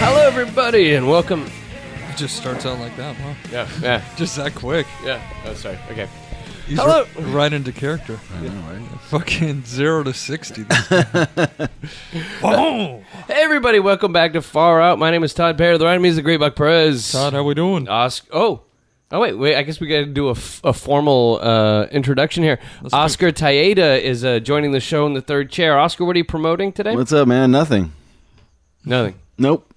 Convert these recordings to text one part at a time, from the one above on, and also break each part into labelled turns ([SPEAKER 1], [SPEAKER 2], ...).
[SPEAKER 1] everybody, and welcome.
[SPEAKER 2] It just starts out like that, wow.
[SPEAKER 1] Yeah, yeah,
[SPEAKER 2] Just that quick.
[SPEAKER 1] yeah. Oh, sorry. Okay.
[SPEAKER 2] He's
[SPEAKER 1] Hello.
[SPEAKER 2] r- right into character.
[SPEAKER 3] I know, right?
[SPEAKER 2] Fucking zero to sixty. this guy. Boom!
[SPEAKER 1] Hey, everybody, welcome back to Far Out. My name is Todd Perry. The right of me is the Great Buck Perez.
[SPEAKER 2] Todd, how we doing? Uh,
[SPEAKER 1] Oscar. Oh. Oh wait, wait. I guess we got to do a, f- a formal uh, introduction here. Oscar Taeda is uh, joining the show in the third chair. Oscar, what are you promoting today?
[SPEAKER 3] What's up, man? Nothing.
[SPEAKER 1] Nothing.
[SPEAKER 3] Nope.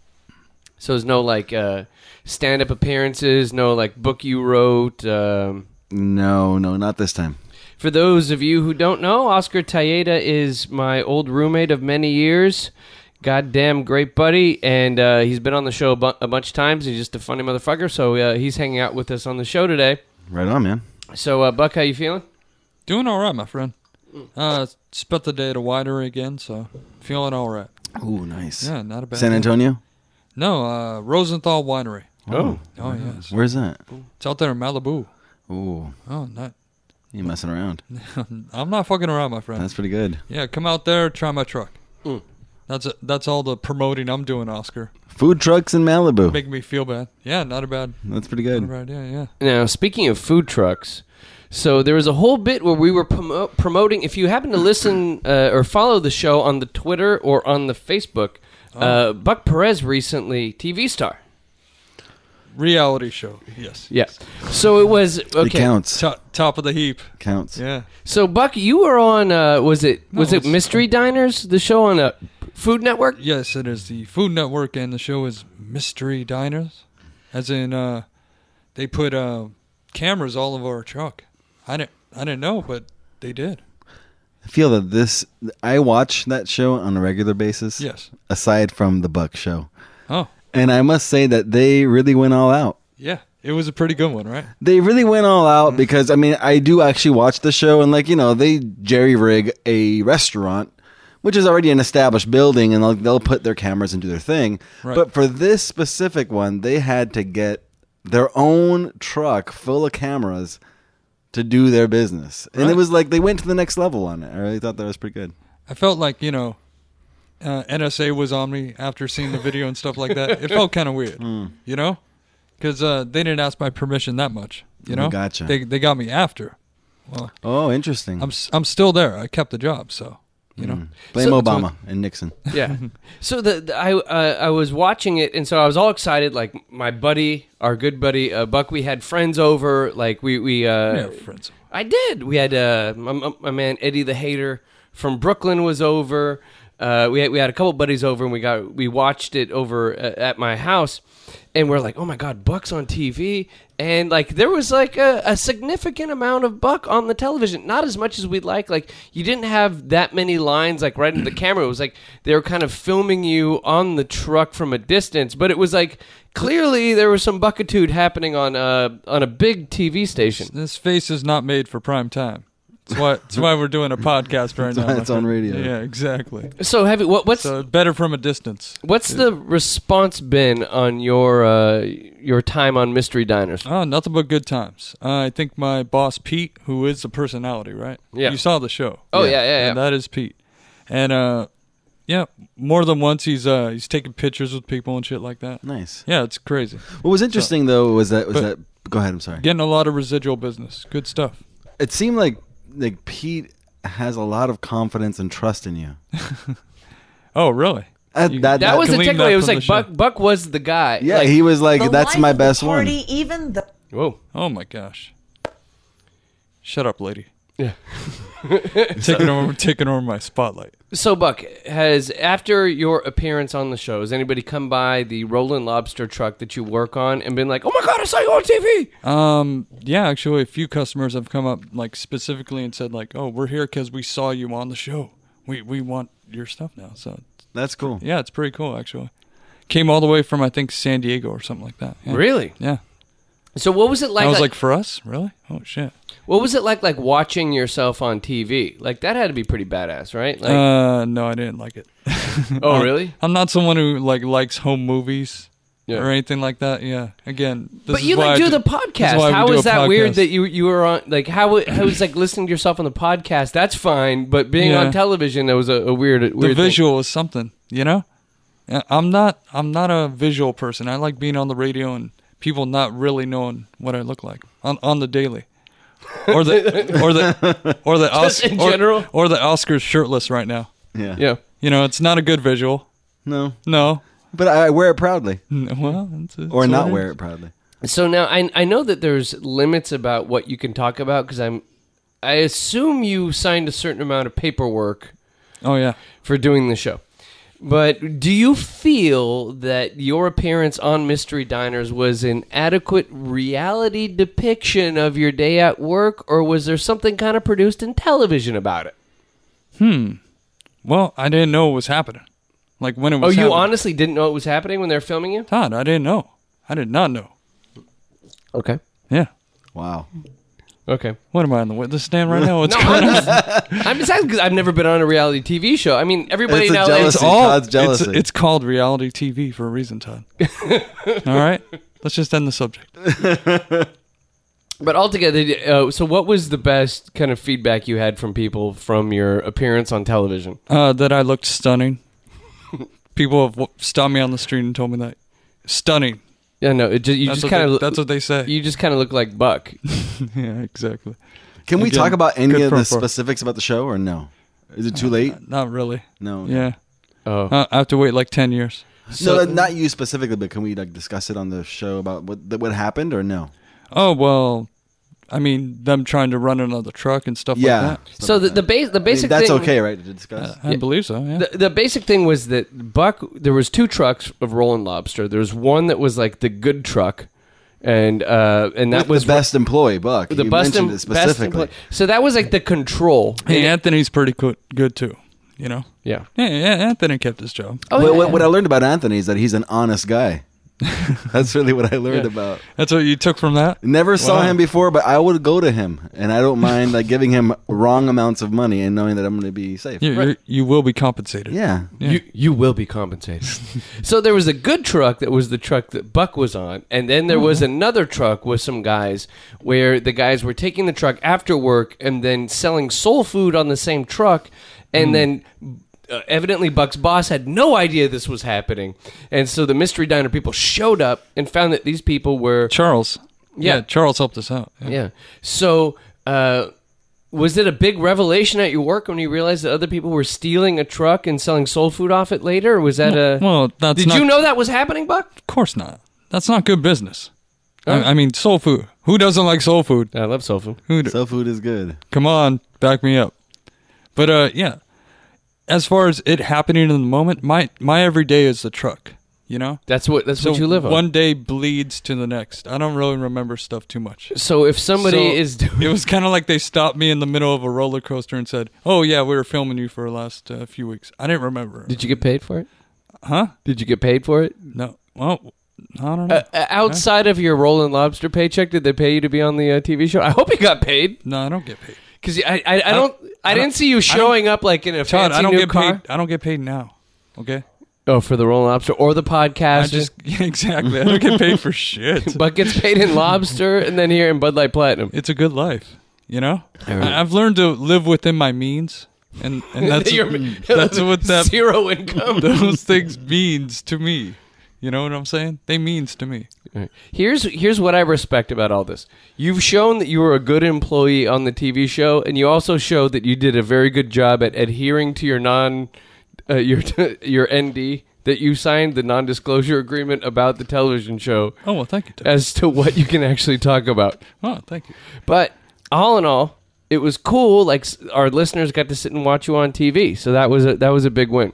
[SPEAKER 1] So there's no like uh, stand up appearances, no like book you wrote. Um,
[SPEAKER 3] No, no, not this time.
[SPEAKER 1] For those of you who don't know, Oscar Talleda is my old roommate of many years. Goddamn great buddy, and uh, he's been on the show a, bu- a bunch of times. He's just a funny motherfucker, so uh, he's hanging out with us on the show today.
[SPEAKER 3] Right on, man.
[SPEAKER 1] So, uh, Buck, how you feeling?
[SPEAKER 2] Doing all right, my friend.
[SPEAKER 1] Mm.
[SPEAKER 2] Uh, spent the day at a winery again, so feeling all right.
[SPEAKER 3] Ooh, nice.
[SPEAKER 2] Yeah, not a bad.
[SPEAKER 3] San
[SPEAKER 2] day.
[SPEAKER 3] Antonio.
[SPEAKER 2] No, uh, Rosenthal Winery.
[SPEAKER 1] Oh,
[SPEAKER 2] Oh yes,
[SPEAKER 3] Where's that?
[SPEAKER 2] it's out there in Malibu.
[SPEAKER 3] Ooh,
[SPEAKER 2] Oh, not.
[SPEAKER 3] you messing around?
[SPEAKER 2] I'm not fucking around, my friend.
[SPEAKER 3] That's pretty good.
[SPEAKER 2] yeah, come out there, try my truck.
[SPEAKER 1] Mm.
[SPEAKER 2] That's it. that's all the promoting I'm doing, Oscar.
[SPEAKER 3] Food trucks in Malibu.
[SPEAKER 2] Making me feel bad. Yeah, not a bad,
[SPEAKER 3] That's pretty
[SPEAKER 2] not a
[SPEAKER 3] good.
[SPEAKER 2] bad idea. Yeah.
[SPEAKER 1] now speaking of food trucks, so there was a whole bit where we were promo- promoting. If you happen to listen uh, or follow the show on the Twitter or on the Facebook, uh, Buck Perez recently TV star.
[SPEAKER 2] Reality show. Yes.
[SPEAKER 1] Yeah. So it was
[SPEAKER 3] It
[SPEAKER 1] okay.
[SPEAKER 3] counts.
[SPEAKER 2] Top, top of the heap.
[SPEAKER 3] Counts.
[SPEAKER 2] Yeah.
[SPEAKER 1] So Buck, you were on uh, was it
[SPEAKER 2] No,
[SPEAKER 1] was
[SPEAKER 2] it
[SPEAKER 1] it
[SPEAKER 2] was-
[SPEAKER 1] Mystery Diners, the show on uh, Food Network?
[SPEAKER 2] Yes, it is the Food Network, and the show is Mystery Diners, as in uh, they put uh, cameras all over our truck. I didn't, I didn't know, but they did.
[SPEAKER 3] I feel that this. I watch that show on a regular basis.
[SPEAKER 2] Yes.
[SPEAKER 3] Aside from the Buck show,
[SPEAKER 2] Oh,
[SPEAKER 3] and I must say that they really went all out.
[SPEAKER 2] yeah. It was a pretty good one, right?
[SPEAKER 3] They really went all
[SPEAKER 2] Mm-hmm.
[SPEAKER 3] out because I mean I do actually watch the show and like you know they jerry rig a restaurant which is already an established building and they'll, they'll put their cameras and do their thing
[SPEAKER 2] Right.
[SPEAKER 3] but for this specific one they had to get their own truck full of cameras to do their business and
[SPEAKER 2] Right.
[SPEAKER 3] it was like they went to the next level on it I really thought that was pretty good
[SPEAKER 2] I felt like you know, uh, NSA was on me after seeing the video and stuff like that. It felt kind of weird, you know, because uh, they didn't ask my permission that much. You
[SPEAKER 3] Mm,
[SPEAKER 2] know,
[SPEAKER 3] gotcha.
[SPEAKER 2] They they got me after. Well,
[SPEAKER 3] oh interesting
[SPEAKER 2] I'm s- I'm still there. I kept the job, so you know.
[SPEAKER 3] blame
[SPEAKER 1] so-
[SPEAKER 3] Obama and Nixon
[SPEAKER 1] Yeah. so the, the- I uh, I was watching it, and so I was all excited. Like my buddy, our good buddy uh, Buck, we had friends over. Like we we
[SPEAKER 2] Yeah,
[SPEAKER 1] uh,
[SPEAKER 2] friends.
[SPEAKER 1] I did. We had uh, my, my my man Eddie the Hater from Brooklyn was over. Uh, we had, we had a couple buddies over, and we got we watched it over uh, at my house, and we're like, oh my god, Buck's on TV, and like there was like a, a significant amount of Buck on the television, not as much as we'd like. Like you didn't have that many lines like right into the camera. It was like they were kind of filming you on the truck from a distance, but it was like clearly there was some buckitude happening on uh on a big TV station.
[SPEAKER 2] This face is not made for prime time. That's why. That's why we're doing a podcast right now.
[SPEAKER 3] why
[SPEAKER 2] my
[SPEAKER 3] it's on
[SPEAKER 2] friend.
[SPEAKER 3] radio.
[SPEAKER 2] Yeah, exactly.
[SPEAKER 1] So have you, what, what's
[SPEAKER 2] So better from a distance.
[SPEAKER 1] what's the response been on your uh, your time on Mystery Diners?
[SPEAKER 2] Oh, nothing but good times. Uh, I think my boss Pete, who is the personality, right?
[SPEAKER 1] Yeah.
[SPEAKER 2] You saw the show.
[SPEAKER 1] Oh, yeah, yeah, yeah.
[SPEAKER 2] And that is Pete. And uh, yeah, more than once he's uh he's taking pictures with people and shit like that.
[SPEAKER 3] nice
[SPEAKER 2] Yeah, it's crazy.
[SPEAKER 3] what was interesting though was that was
[SPEAKER 2] But-
[SPEAKER 3] that go ahead I'm sorry
[SPEAKER 2] Getting a lot of residual business. Good stuff.
[SPEAKER 3] it seemed like like Pete has a lot of confidence and trust in you.
[SPEAKER 2] Oh, really?
[SPEAKER 3] That,
[SPEAKER 2] You-
[SPEAKER 3] that,
[SPEAKER 1] That was the
[SPEAKER 2] gleaned that
[SPEAKER 1] takeaway. It was
[SPEAKER 2] from
[SPEAKER 1] like
[SPEAKER 2] the
[SPEAKER 1] Buck Buck was the guy.
[SPEAKER 3] yeah.
[SPEAKER 1] Like-
[SPEAKER 3] he was like,
[SPEAKER 4] The
[SPEAKER 3] "That's
[SPEAKER 4] life
[SPEAKER 3] my
[SPEAKER 4] of the
[SPEAKER 3] best
[SPEAKER 4] party,
[SPEAKER 3] one."
[SPEAKER 4] Even the
[SPEAKER 1] Whoa.
[SPEAKER 2] Oh my gosh. Shut up, lady.
[SPEAKER 1] Yeah.
[SPEAKER 2] taking over taking over my spotlight.
[SPEAKER 1] So Buck has after your appearance on the show, has anybody come by the Roland Lobster truck that you work on and been like, "Oh my god, I saw you on TV."
[SPEAKER 2] Um, yeah, actually, a few customers have come up like specifically and said like, "Oh, we're here because we saw you on the show. We we want your stuff now." So
[SPEAKER 3] That's cool.
[SPEAKER 2] yeah, it's pretty cool actually. Came all the way from I think San Diego or something like that. Yeah.
[SPEAKER 1] Really?
[SPEAKER 2] Yeah.
[SPEAKER 1] So what was it like?
[SPEAKER 2] Uh-huh. I was like, for us, really? Oh shit.
[SPEAKER 1] what was it like? Like watching yourself on TV? Like that had to be pretty badass, right? Like,
[SPEAKER 2] uh, no, I didn't like it. Uh,
[SPEAKER 1] oh really?
[SPEAKER 2] I'm not someone who like likes home movies
[SPEAKER 1] Yeah.
[SPEAKER 2] or anything like that. Yeah. Again, this
[SPEAKER 1] But
[SPEAKER 2] is
[SPEAKER 1] you
[SPEAKER 2] why
[SPEAKER 1] like
[SPEAKER 2] I
[SPEAKER 1] do
[SPEAKER 2] ju-
[SPEAKER 1] the
[SPEAKER 2] this
[SPEAKER 1] podcast.
[SPEAKER 2] why we
[SPEAKER 1] How
[SPEAKER 2] do a
[SPEAKER 1] is that weird
[SPEAKER 2] podcast.
[SPEAKER 1] that you you were on like how it- how was like listening to yourself on the podcast? That's fine, but being
[SPEAKER 2] Yeah.
[SPEAKER 1] on television that was a, a weird
[SPEAKER 2] the
[SPEAKER 1] weird thing.
[SPEAKER 2] visual is something, you know? Yeah, I'm not I'm not a visual person. I like being on the radio and people not really knowing what I look like on on the daily. Or the or the or the
[SPEAKER 1] Just
[SPEAKER 2] Osc-
[SPEAKER 1] in
[SPEAKER 2] or-
[SPEAKER 1] general?
[SPEAKER 2] or the Oscars shirtless right now.
[SPEAKER 3] Yeah.
[SPEAKER 1] Yeah.
[SPEAKER 2] You know, it's not a good visual.
[SPEAKER 3] No.
[SPEAKER 2] No.
[SPEAKER 3] But I I wear it proudly,
[SPEAKER 2] N- Well, it's, it's
[SPEAKER 3] or
[SPEAKER 2] what
[SPEAKER 3] not
[SPEAKER 2] it
[SPEAKER 3] wear
[SPEAKER 2] is.
[SPEAKER 3] it proudly.
[SPEAKER 1] So now I I know that there's limits about what you can talk about because I'm I assume you signed a certain amount of paperwork
[SPEAKER 2] Oh yeah.
[SPEAKER 1] for doing the show. But do you feel that your appearance on Mystery Diners was an adequate reality depiction of your day at work, or was there something kind of produced in television about it?
[SPEAKER 2] Well, I didn't know what was happening. Like when it
[SPEAKER 1] Oh,
[SPEAKER 2] was
[SPEAKER 1] you
[SPEAKER 2] happening.
[SPEAKER 1] honestly didn't know it was happening when they were filming you?
[SPEAKER 2] Todd, I didn't know. I did not know.
[SPEAKER 1] Okay.
[SPEAKER 2] Yeah.
[SPEAKER 3] Wow.
[SPEAKER 1] Okay.
[SPEAKER 2] What am I on the witness stand right now? What's
[SPEAKER 1] No,
[SPEAKER 2] going
[SPEAKER 1] I'm
[SPEAKER 2] on?
[SPEAKER 1] just, I'm just asking because I've never been on a reality TV show. I mean, everybody
[SPEAKER 3] It's a
[SPEAKER 1] now
[SPEAKER 3] jealous-
[SPEAKER 1] nowadays.
[SPEAKER 2] It's
[SPEAKER 3] See,
[SPEAKER 2] all
[SPEAKER 3] Todd's
[SPEAKER 2] it's,
[SPEAKER 3] jealousy.
[SPEAKER 2] it's called reality TV for a reason, Todd. all right, let's just end the subject.
[SPEAKER 1] But altogether, uh, so what was the best kind of feedback you had from people from your appearance on television?
[SPEAKER 2] Uh, that I looked stunning. People have w- stopped me on the street and told me that stunning.
[SPEAKER 1] Yeah, no, it just, you
[SPEAKER 2] That's
[SPEAKER 1] just
[SPEAKER 2] what,
[SPEAKER 1] kind
[SPEAKER 2] they,
[SPEAKER 1] of
[SPEAKER 2] that's what they say.
[SPEAKER 1] you just kind of look like Buck.
[SPEAKER 2] yeah, exactly.
[SPEAKER 3] Can we
[SPEAKER 2] Again,
[SPEAKER 3] talk about any
[SPEAKER 2] good
[SPEAKER 3] of
[SPEAKER 2] for-
[SPEAKER 3] the
[SPEAKER 2] for-
[SPEAKER 3] specifics about the show, or no? Is it too late?
[SPEAKER 2] Not really.
[SPEAKER 3] No.
[SPEAKER 2] Yeah,
[SPEAKER 1] Oh,
[SPEAKER 2] uh, I have to wait like ten years.
[SPEAKER 1] So-
[SPEAKER 3] no, not you specifically, but can we like discuss it on the show about what that what happened or no?
[SPEAKER 2] Oh well, I mean them trying to run another truck and stuff
[SPEAKER 3] yeah.
[SPEAKER 2] like
[SPEAKER 3] stuff
[SPEAKER 1] so
[SPEAKER 3] like
[SPEAKER 1] the,
[SPEAKER 3] that.
[SPEAKER 1] the base the
[SPEAKER 3] I mean,
[SPEAKER 1] basic
[SPEAKER 3] that's
[SPEAKER 1] thing,
[SPEAKER 3] okay, right? To discuss.
[SPEAKER 2] that. I
[SPEAKER 1] Yeah.
[SPEAKER 2] believe so. Yeah.
[SPEAKER 1] The, the basic thing was that Buck there was two trucks of Roland Lobster. There was one that was like the good truck, and uh, and that
[SPEAKER 3] With
[SPEAKER 1] was
[SPEAKER 3] the best employee, Buck.
[SPEAKER 1] the
[SPEAKER 3] you
[SPEAKER 1] best
[SPEAKER 3] mentioned
[SPEAKER 1] em- best
[SPEAKER 3] it specifically.
[SPEAKER 1] employ- so that was like the control.
[SPEAKER 2] hey, Anthony's pretty good, good too. You know.
[SPEAKER 1] Yeah.
[SPEAKER 2] Yeah, yeah. Anthony kept his job.
[SPEAKER 1] Oh,
[SPEAKER 3] Well,
[SPEAKER 1] yeah.
[SPEAKER 3] what, what I learned about Anthony is that he's an honest guy. that's really what I learned about.
[SPEAKER 2] That's what you took from that.
[SPEAKER 3] Never saw
[SPEAKER 2] Wow.
[SPEAKER 3] him before, but I would go to him, and I don't mind like giving him wrong amounts of money and knowing that I'm going to be safe.
[SPEAKER 2] You, you you will be compensated.
[SPEAKER 3] Yeah.
[SPEAKER 2] Yeah.
[SPEAKER 1] You you will be compensated. so there was a good truck that was the truck that Buck was on, and then there
[SPEAKER 2] Mm-hmm.
[SPEAKER 1] was another truck with some guys where the guys were taking the truck after work and then selling soul food on the same truck,
[SPEAKER 2] Mm.
[SPEAKER 1] and then. Uh, evidently, Buck's boss had no idea this was happening, and so the mystery diner people showed up and found that these people were
[SPEAKER 2] Charles.
[SPEAKER 1] Yeah.
[SPEAKER 2] Charles helped us out.
[SPEAKER 1] yeah. So, uh, was it a big revelation at your work when you realized that other people were stealing a truck and selling soul food off it later? Or was that a
[SPEAKER 2] Well, that's
[SPEAKER 1] Did
[SPEAKER 2] not,
[SPEAKER 1] you know that was happening, Buck?
[SPEAKER 2] Of course not. That's not good business.
[SPEAKER 1] Oh.
[SPEAKER 2] I, I mean, soul food. Who doesn't like soul food?
[SPEAKER 1] I love soul food.
[SPEAKER 2] Who? d-
[SPEAKER 3] Soul food is good.
[SPEAKER 2] come on, back me up. But uh, yeah. As far as it happening in the moment, my my everyday is the truck. You know.
[SPEAKER 1] That's what that's what you live on.
[SPEAKER 2] One day bleeds to the next. I don't really remember stuff too much.
[SPEAKER 1] so if somebody
[SPEAKER 2] So,
[SPEAKER 1] is doing
[SPEAKER 2] it was kind of like they stopped me in the middle of a roller coaster and said, "Oh yeah, we were filming you for the last uh, few weeks." I didn't remember.
[SPEAKER 1] Did you get paid for it?
[SPEAKER 2] Huh?
[SPEAKER 1] Did you get paid for it?
[SPEAKER 2] No. Well, I don't know.
[SPEAKER 1] Uh, uh, outside of your Roland Lobster paycheck, did they pay you to be on the uh, TV show? I hope you got paid
[SPEAKER 2] no, I don't get paid.
[SPEAKER 1] because I, I, I don't I, didn't see you showing up like in a
[SPEAKER 2] Todd,
[SPEAKER 1] fancy
[SPEAKER 2] I don't
[SPEAKER 1] new
[SPEAKER 2] get
[SPEAKER 1] car.
[SPEAKER 2] paid. I don't get paid now. Okay.
[SPEAKER 1] Oh, for the Roland Lobster or the podcast?
[SPEAKER 2] I just exactly. I don't get paid for shit.
[SPEAKER 1] Buck gets paid in lobster and then here in Bud Light Platinum.
[SPEAKER 2] It's a good life, you know. I, I've learned to live within my means, and and that's
[SPEAKER 1] You're-
[SPEAKER 2] that's what that
[SPEAKER 1] zero income.
[SPEAKER 2] those things means to me. You know what I'm saying? They means to me.
[SPEAKER 1] Here's here's what I respect about all this. You've shown that you were a good employee on the TV show, and you also showed that you did a very good job at adhering to your non uh, your your ND that you signed the non-disclosure agreement about the television show
[SPEAKER 2] Oh well, thank you. Todd.
[SPEAKER 1] as to what you can actually talk about.
[SPEAKER 2] Oh, thank you.
[SPEAKER 1] But all in all, it was cool. Like s- our listeners got to sit and watch you on TV, so that was a, that was a big win.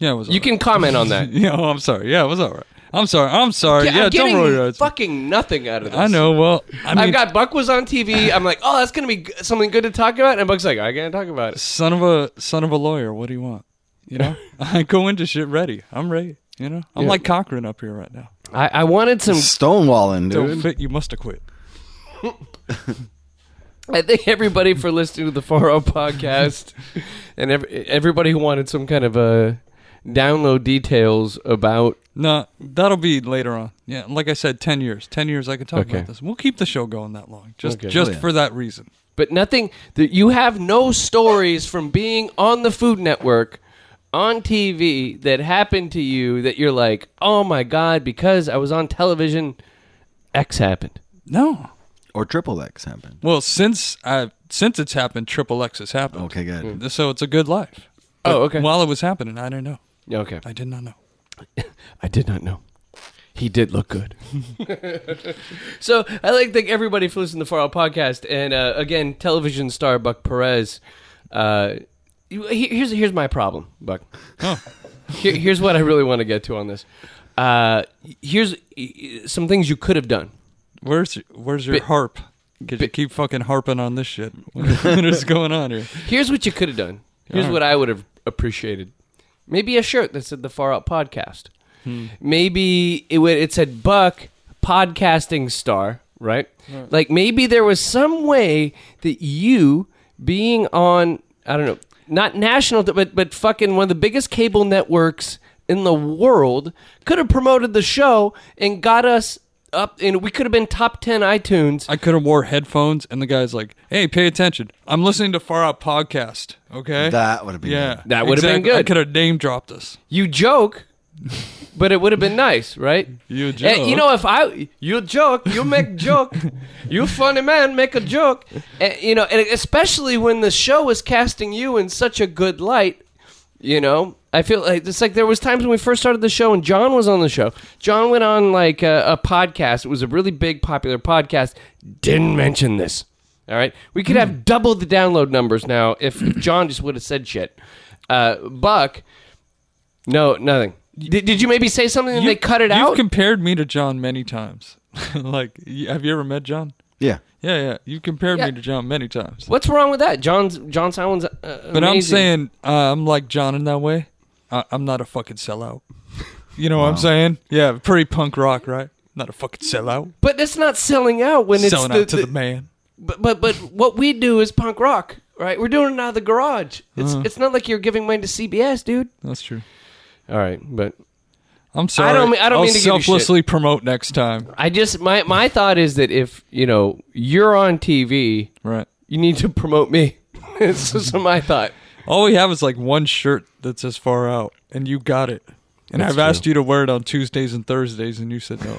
[SPEAKER 2] Yeah, it was.
[SPEAKER 1] You
[SPEAKER 2] all
[SPEAKER 1] can comment on that.
[SPEAKER 2] right. Yeah, oh, I'm sorry. Yeah, it was all right. I'm sorry. I'm sorry.
[SPEAKER 1] Yeah,
[SPEAKER 2] Yeah,
[SPEAKER 1] I'm
[SPEAKER 2] don't
[SPEAKER 1] getting
[SPEAKER 2] roll your eyes.
[SPEAKER 1] fucking nothing out of this.
[SPEAKER 2] I know. Well, I mean,
[SPEAKER 1] I've got Buck was on TV. I'm like, oh, that's gonna be g- something good to talk about, and Buck's like, I can't talk about it.
[SPEAKER 2] son of a son of a lawyer. What do you want? You know, I go into shit ready. I'm ready. You know, I'm like Cochran up here right now.
[SPEAKER 1] I, I wanted some.
[SPEAKER 3] Stonewalling,
[SPEAKER 2] Don't
[SPEAKER 3] dude.
[SPEAKER 2] fit. You must have quit.
[SPEAKER 1] I think everybody for listening to the Far Out podcast, and ev- everybody who wanted some kind of a download details about.
[SPEAKER 2] No, that'll be later on. Yeah, like I said, ten years. Ten years. I can talk
[SPEAKER 1] Okay.
[SPEAKER 2] about this. We'll keep the show going that long, just
[SPEAKER 1] Okay.
[SPEAKER 2] just
[SPEAKER 3] Oh, yeah.
[SPEAKER 2] for that reason.
[SPEAKER 1] But nothing that you have no stories from being on the Food Network on TV that happened to you that you're like, oh my god, because I was on television, X happened.
[SPEAKER 2] No.
[SPEAKER 3] Or triple X happened.
[SPEAKER 2] Well, since I since it's happened, triple X has happened.
[SPEAKER 3] Okay, good.
[SPEAKER 2] So it's a good life.
[SPEAKER 1] Oh, okay.
[SPEAKER 2] While it was happening, I didn't know.
[SPEAKER 1] Okay,
[SPEAKER 2] I did not know.
[SPEAKER 1] I did not know. He did look good. so I like to thank everybody for listening to the Far Out Podcast, and uh, again, television star Buck Perez. Uh, you- he- here's here's my problem, Buck. Here- here's what I really want to get to on this. Uh, here's uh, some things you could have done.
[SPEAKER 2] Where's where's your
[SPEAKER 1] Bit-
[SPEAKER 2] harp? Because you keep fucking harping on this shit. what is going on here?
[SPEAKER 1] Here's what you could have done. Here's
[SPEAKER 2] Alright.
[SPEAKER 1] what I would have appreciated. Maybe a shirt that said the Far Out Podcast. Maybe it would, it said Buck podcasting star, right? Like maybe there was some way that you being on I don't know, not national but but fucking one of the biggest cable networks in the world could have promoted the show and got us up and we could have been top 10 iTunes.
[SPEAKER 2] I could have wore headphones, and the guy's like, "Hey, pay attention. I'm listening to Far Out podcast. Okay,
[SPEAKER 3] That would have been
[SPEAKER 2] yeah,
[SPEAKER 1] That would've been
[SPEAKER 2] exactly. I
[SPEAKER 1] good.
[SPEAKER 2] could have name dropped us.
[SPEAKER 1] You joke, but it would have been nice, right?
[SPEAKER 2] You
[SPEAKER 1] Eh, you
[SPEAKER 2] joke.
[SPEAKER 1] know, if I you joke, you make joke, you funny man, make a joke. Eh, you know, and especially when the show is casting you in such a good light. You know, I feel like it's like there was times when we first started the show and John was on the show. John went on like a, a podcast. It was a really big, popular podcast. Didn't mention this. All right, we could
[SPEAKER 2] Hmm.
[SPEAKER 1] have double the download numbers now if John just would have said shit. Uh, Buck, no, nothing. Did, did you maybe say something and
[SPEAKER 2] You-
[SPEAKER 1] they cut it
[SPEAKER 2] you've
[SPEAKER 1] out?
[SPEAKER 2] compared me to John many times. like, y- have you ever met John?
[SPEAKER 3] Yeah.
[SPEAKER 2] Yeah, yeah. You compared
[SPEAKER 1] Yeah.
[SPEAKER 2] me to John many times.
[SPEAKER 1] What's wrong with that? John's John Simon's. Uh,
[SPEAKER 2] But I'm
[SPEAKER 1] amazing.
[SPEAKER 2] saying uh, I'm like John in that way. I, I'm not a fucking sellout. You know what I'm saying? Yeah, pretty punk rock, right? Not a fucking sellout.
[SPEAKER 1] but that's not selling out when it's
[SPEAKER 2] Selling
[SPEAKER 1] the,
[SPEAKER 2] out to the, man.
[SPEAKER 1] But, but but what we do is punk rock, right? We're doing it out of the garage. It's it's not like you're giving money to CBS, dude.
[SPEAKER 2] That's true.
[SPEAKER 1] All right, but
[SPEAKER 2] I'm sorry.
[SPEAKER 1] mean- I don't
[SPEAKER 2] will
[SPEAKER 1] mean to give you shit.
[SPEAKER 2] selflessly promote next time.
[SPEAKER 1] I just my my thought is that if you know you're on TV,
[SPEAKER 2] Right.
[SPEAKER 1] you need to promote me. It's just my thought.
[SPEAKER 2] All we have is like one shirt that says far out, and you got it. And I've asked you to wear it on Tuesdays and Thursdays, and you said no.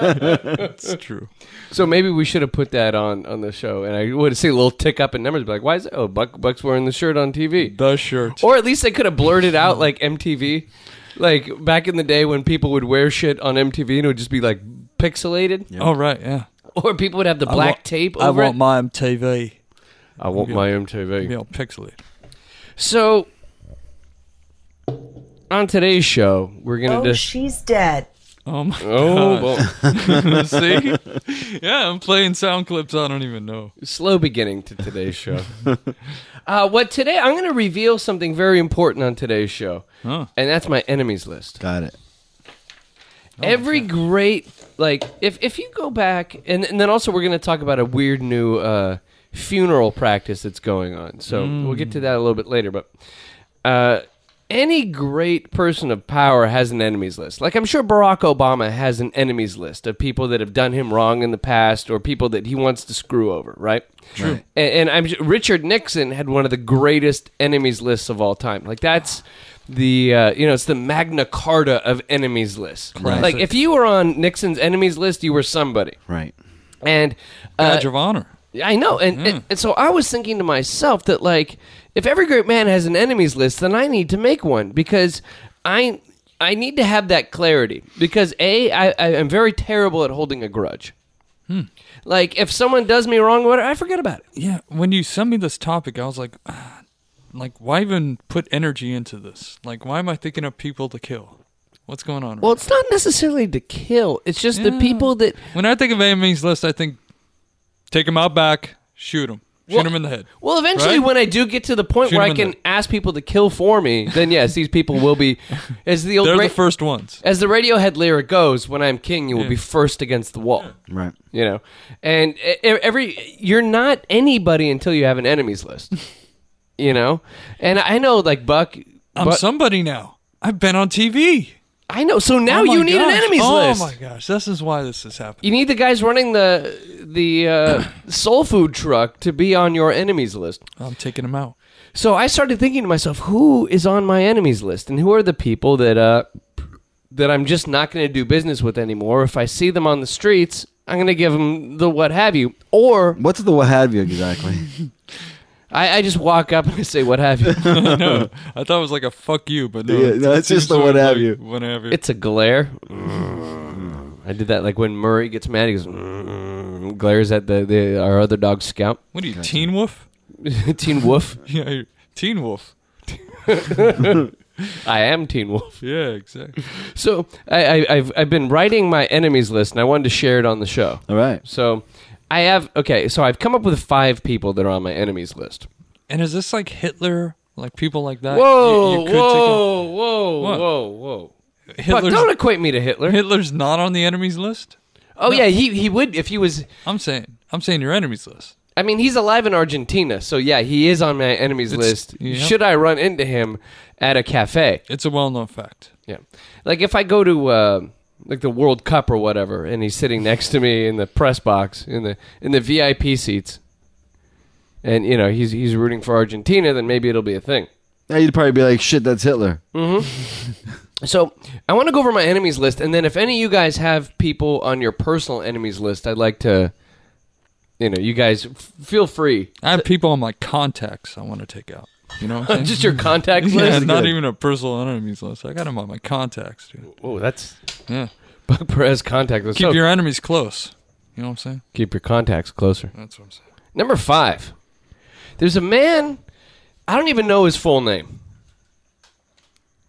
[SPEAKER 2] it's true.
[SPEAKER 1] So maybe we should have put that on on the show, and I would have seen a little tick up in numbers. Be like, why is it? Oh, Buck Buck's wearing the shirt on TV,
[SPEAKER 2] The shirt.
[SPEAKER 1] or at least they could have blurted out like MTV, like back in the day when people would wear shit on MTV and it would just be like pixelated,
[SPEAKER 2] oh, right, yeah.
[SPEAKER 1] or people would have the
[SPEAKER 2] I
[SPEAKER 1] black
[SPEAKER 2] want-
[SPEAKER 1] tape
[SPEAKER 2] I
[SPEAKER 1] over
[SPEAKER 2] want
[SPEAKER 1] it.
[SPEAKER 2] my MTV.
[SPEAKER 1] I want my MTV.
[SPEAKER 2] You know, pixelated.
[SPEAKER 1] So on today's show, we're gonna
[SPEAKER 4] Oh,
[SPEAKER 1] just
[SPEAKER 4] she's dead.
[SPEAKER 2] Oh my
[SPEAKER 1] oh,
[SPEAKER 2] god.
[SPEAKER 1] well,
[SPEAKER 2] See? Yeah, I'm playing sound clips I don't even know.
[SPEAKER 1] slow beginning to today's show. uh, what today? I'm gonna reveal something very important on today's show,
[SPEAKER 2] Huh. Oh,
[SPEAKER 1] and that's my enemies list.
[SPEAKER 3] Got it.
[SPEAKER 1] Every great like if if you go back and and then also we're going to talk about a weird new uh funeral practice that's going on. So
[SPEAKER 2] Mm.
[SPEAKER 1] we'll get to that a little bit later, but uh any great person of power has an enemies list. Like I'm sure Barack Obama has an enemies list of people that have done him wrong in the past or people that he wants to screw over, right? True. And, and I'm Richard Nixon had one of the greatest enemies lists of all time. Like that's the uh, you know it's the Magna Carta of enemies lists.
[SPEAKER 2] Classic.
[SPEAKER 1] Like if you were on Nixon's enemies list, you were somebody.
[SPEAKER 3] Right.
[SPEAKER 1] And uh,
[SPEAKER 2] Badge of honor.
[SPEAKER 1] I know, and,
[SPEAKER 2] Mm-hmm.
[SPEAKER 1] and and so I was thinking to myself that like, if every great man has an enemies list, then I need to make one because I I need to have that clarity because a I I am very terrible at holding a grudge.
[SPEAKER 2] Hmm.
[SPEAKER 1] Like if someone does me wrong, or whatever, I forget about it.
[SPEAKER 2] Yeah, when you sent me this topic, I was like, ah, like, why even put energy into this? Like, why am I thinking of people to kill? What's going on?
[SPEAKER 1] Well, it's not necessarily to kill; it's just the
[SPEAKER 2] Yeah.
[SPEAKER 1] people that
[SPEAKER 2] when I think of enemies list, I think take him out back, shoot him, shoot
[SPEAKER 1] Well-
[SPEAKER 2] him in the head.
[SPEAKER 1] Well, eventually,
[SPEAKER 2] Right?
[SPEAKER 1] when I do get to the point
[SPEAKER 2] Shoot
[SPEAKER 1] where I
[SPEAKER 2] 'em in
[SPEAKER 1] can ask people to kill for me, then yes, these people will be. As the old
[SPEAKER 2] They're
[SPEAKER 1] ra-
[SPEAKER 2] the first ones.
[SPEAKER 1] as the Radiohead lyric goes, "When I'm king, you will
[SPEAKER 2] Yeah.
[SPEAKER 1] be first against the wall."
[SPEAKER 3] Right.
[SPEAKER 1] You know, and e- e- every you're not anybody until you have an enemies list. you know, and I know, like Buck,
[SPEAKER 2] I'm
[SPEAKER 1] Buck-
[SPEAKER 2] somebody now. I've been on TV.
[SPEAKER 1] I know. So now
[SPEAKER 2] Oh my
[SPEAKER 1] you need an
[SPEAKER 2] gosh.
[SPEAKER 1] enemies
[SPEAKER 2] oh
[SPEAKER 1] list.
[SPEAKER 2] my gosh, this is why this is
[SPEAKER 1] You
[SPEAKER 2] happening.
[SPEAKER 1] need the guys running the the uh, soul food truck to be on your enemies list.
[SPEAKER 2] I'm taking him out.
[SPEAKER 1] So I started thinking to myself, who is on my enemies list, and who are the people that uh, that I'm just not going to do business with anymore? If I see them on the streets, I'm going to give them the what have you, or
[SPEAKER 3] What's the what have you exactly?
[SPEAKER 1] I, I just walk up and I say what have you.
[SPEAKER 2] no, I thought it was like a fuck you, but no,
[SPEAKER 3] Yeah, no, it's
[SPEAKER 2] seems
[SPEAKER 3] just the
[SPEAKER 2] sort
[SPEAKER 3] what
[SPEAKER 2] of
[SPEAKER 3] have
[SPEAKER 2] like
[SPEAKER 3] you.
[SPEAKER 2] What have you?
[SPEAKER 1] it's a glare. Mm. I did that like when Murray gets mad, he goes mm, glares at the, the our other dog Scout,
[SPEAKER 2] what are you, Teen Wolf?
[SPEAKER 1] Teen Wolf.
[SPEAKER 2] Yeah, you Teen Wolf.
[SPEAKER 1] I am Teen Wolf.
[SPEAKER 2] Yeah, exactly.
[SPEAKER 1] So I, I, I've I've been writing my enemies list, and I wanted to share it on the show.
[SPEAKER 3] All right.
[SPEAKER 1] So I have okay. So I've come up with five people that are on my enemies list.
[SPEAKER 2] And is this like Hitler? Like people like that?
[SPEAKER 1] Whoa,
[SPEAKER 2] You- you could
[SPEAKER 1] whoa, whoa,
[SPEAKER 2] What?
[SPEAKER 1] whoa, whoa,
[SPEAKER 2] take a-
[SPEAKER 1] Fuck,
[SPEAKER 2] Hitler's,
[SPEAKER 1] don't equate me to Hitler.
[SPEAKER 2] Hitler's not on the enemies list.
[SPEAKER 1] oh yeah, he he would if he was.
[SPEAKER 2] I'm saying, I'm saying your enemies list.
[SPEAKER 1] I mean, he's alive in Argentina, so yeah, he is on my enemies
[SPEAKER 2] It's-
[SPEAKER 1] list.
[SPEAKER 2] yeah.
[SPEAKER 1] Should I run into him at a cafe?
[SPEAKER 2] It's a well-known fact.
[SPEAKER 1] Yeah, like if I go to. Uh, like the World Cup or whatever, and he's sitting next to me in the press box in the in the VIP seats, and you know he's he's rooting for Argentina. Then maybe it'll be a thing.
[SPEAKER 3] Now you'd probably be like, shit, that's Hitler.
[SPEAKER 1] So I want to go over my enemies list, and then if any of you guys have people on your personal enemies list, I'd like to, you know, you guys f- feel free.
[SPEAKER 2] I have people on my contacts I want to take out. You know, what I'm saying?
[SPEAKER 1] Just your contact
[SPEAKER 2] yeah,
[SPEAKER 1] list.
[SPEAKER 2] not even a personal enemies list. I got them on my contacts, dude.
[SPEAKER 1] Oh, that's
[SPEAKER 2] Yeah,
[SPEAKER 1] Buck Perez contact list.
[SPEAKER 2] keep
[SPEAKER 1] So-
[SPEAKER 2] your enemies close. You know what I'm saying?
[SPEAKER 1] keep your contacts closer.
[SPEAKER 2] That's what I'm saying.
[SPEAKER 1] Number five. There's a man. I don't even know his full name.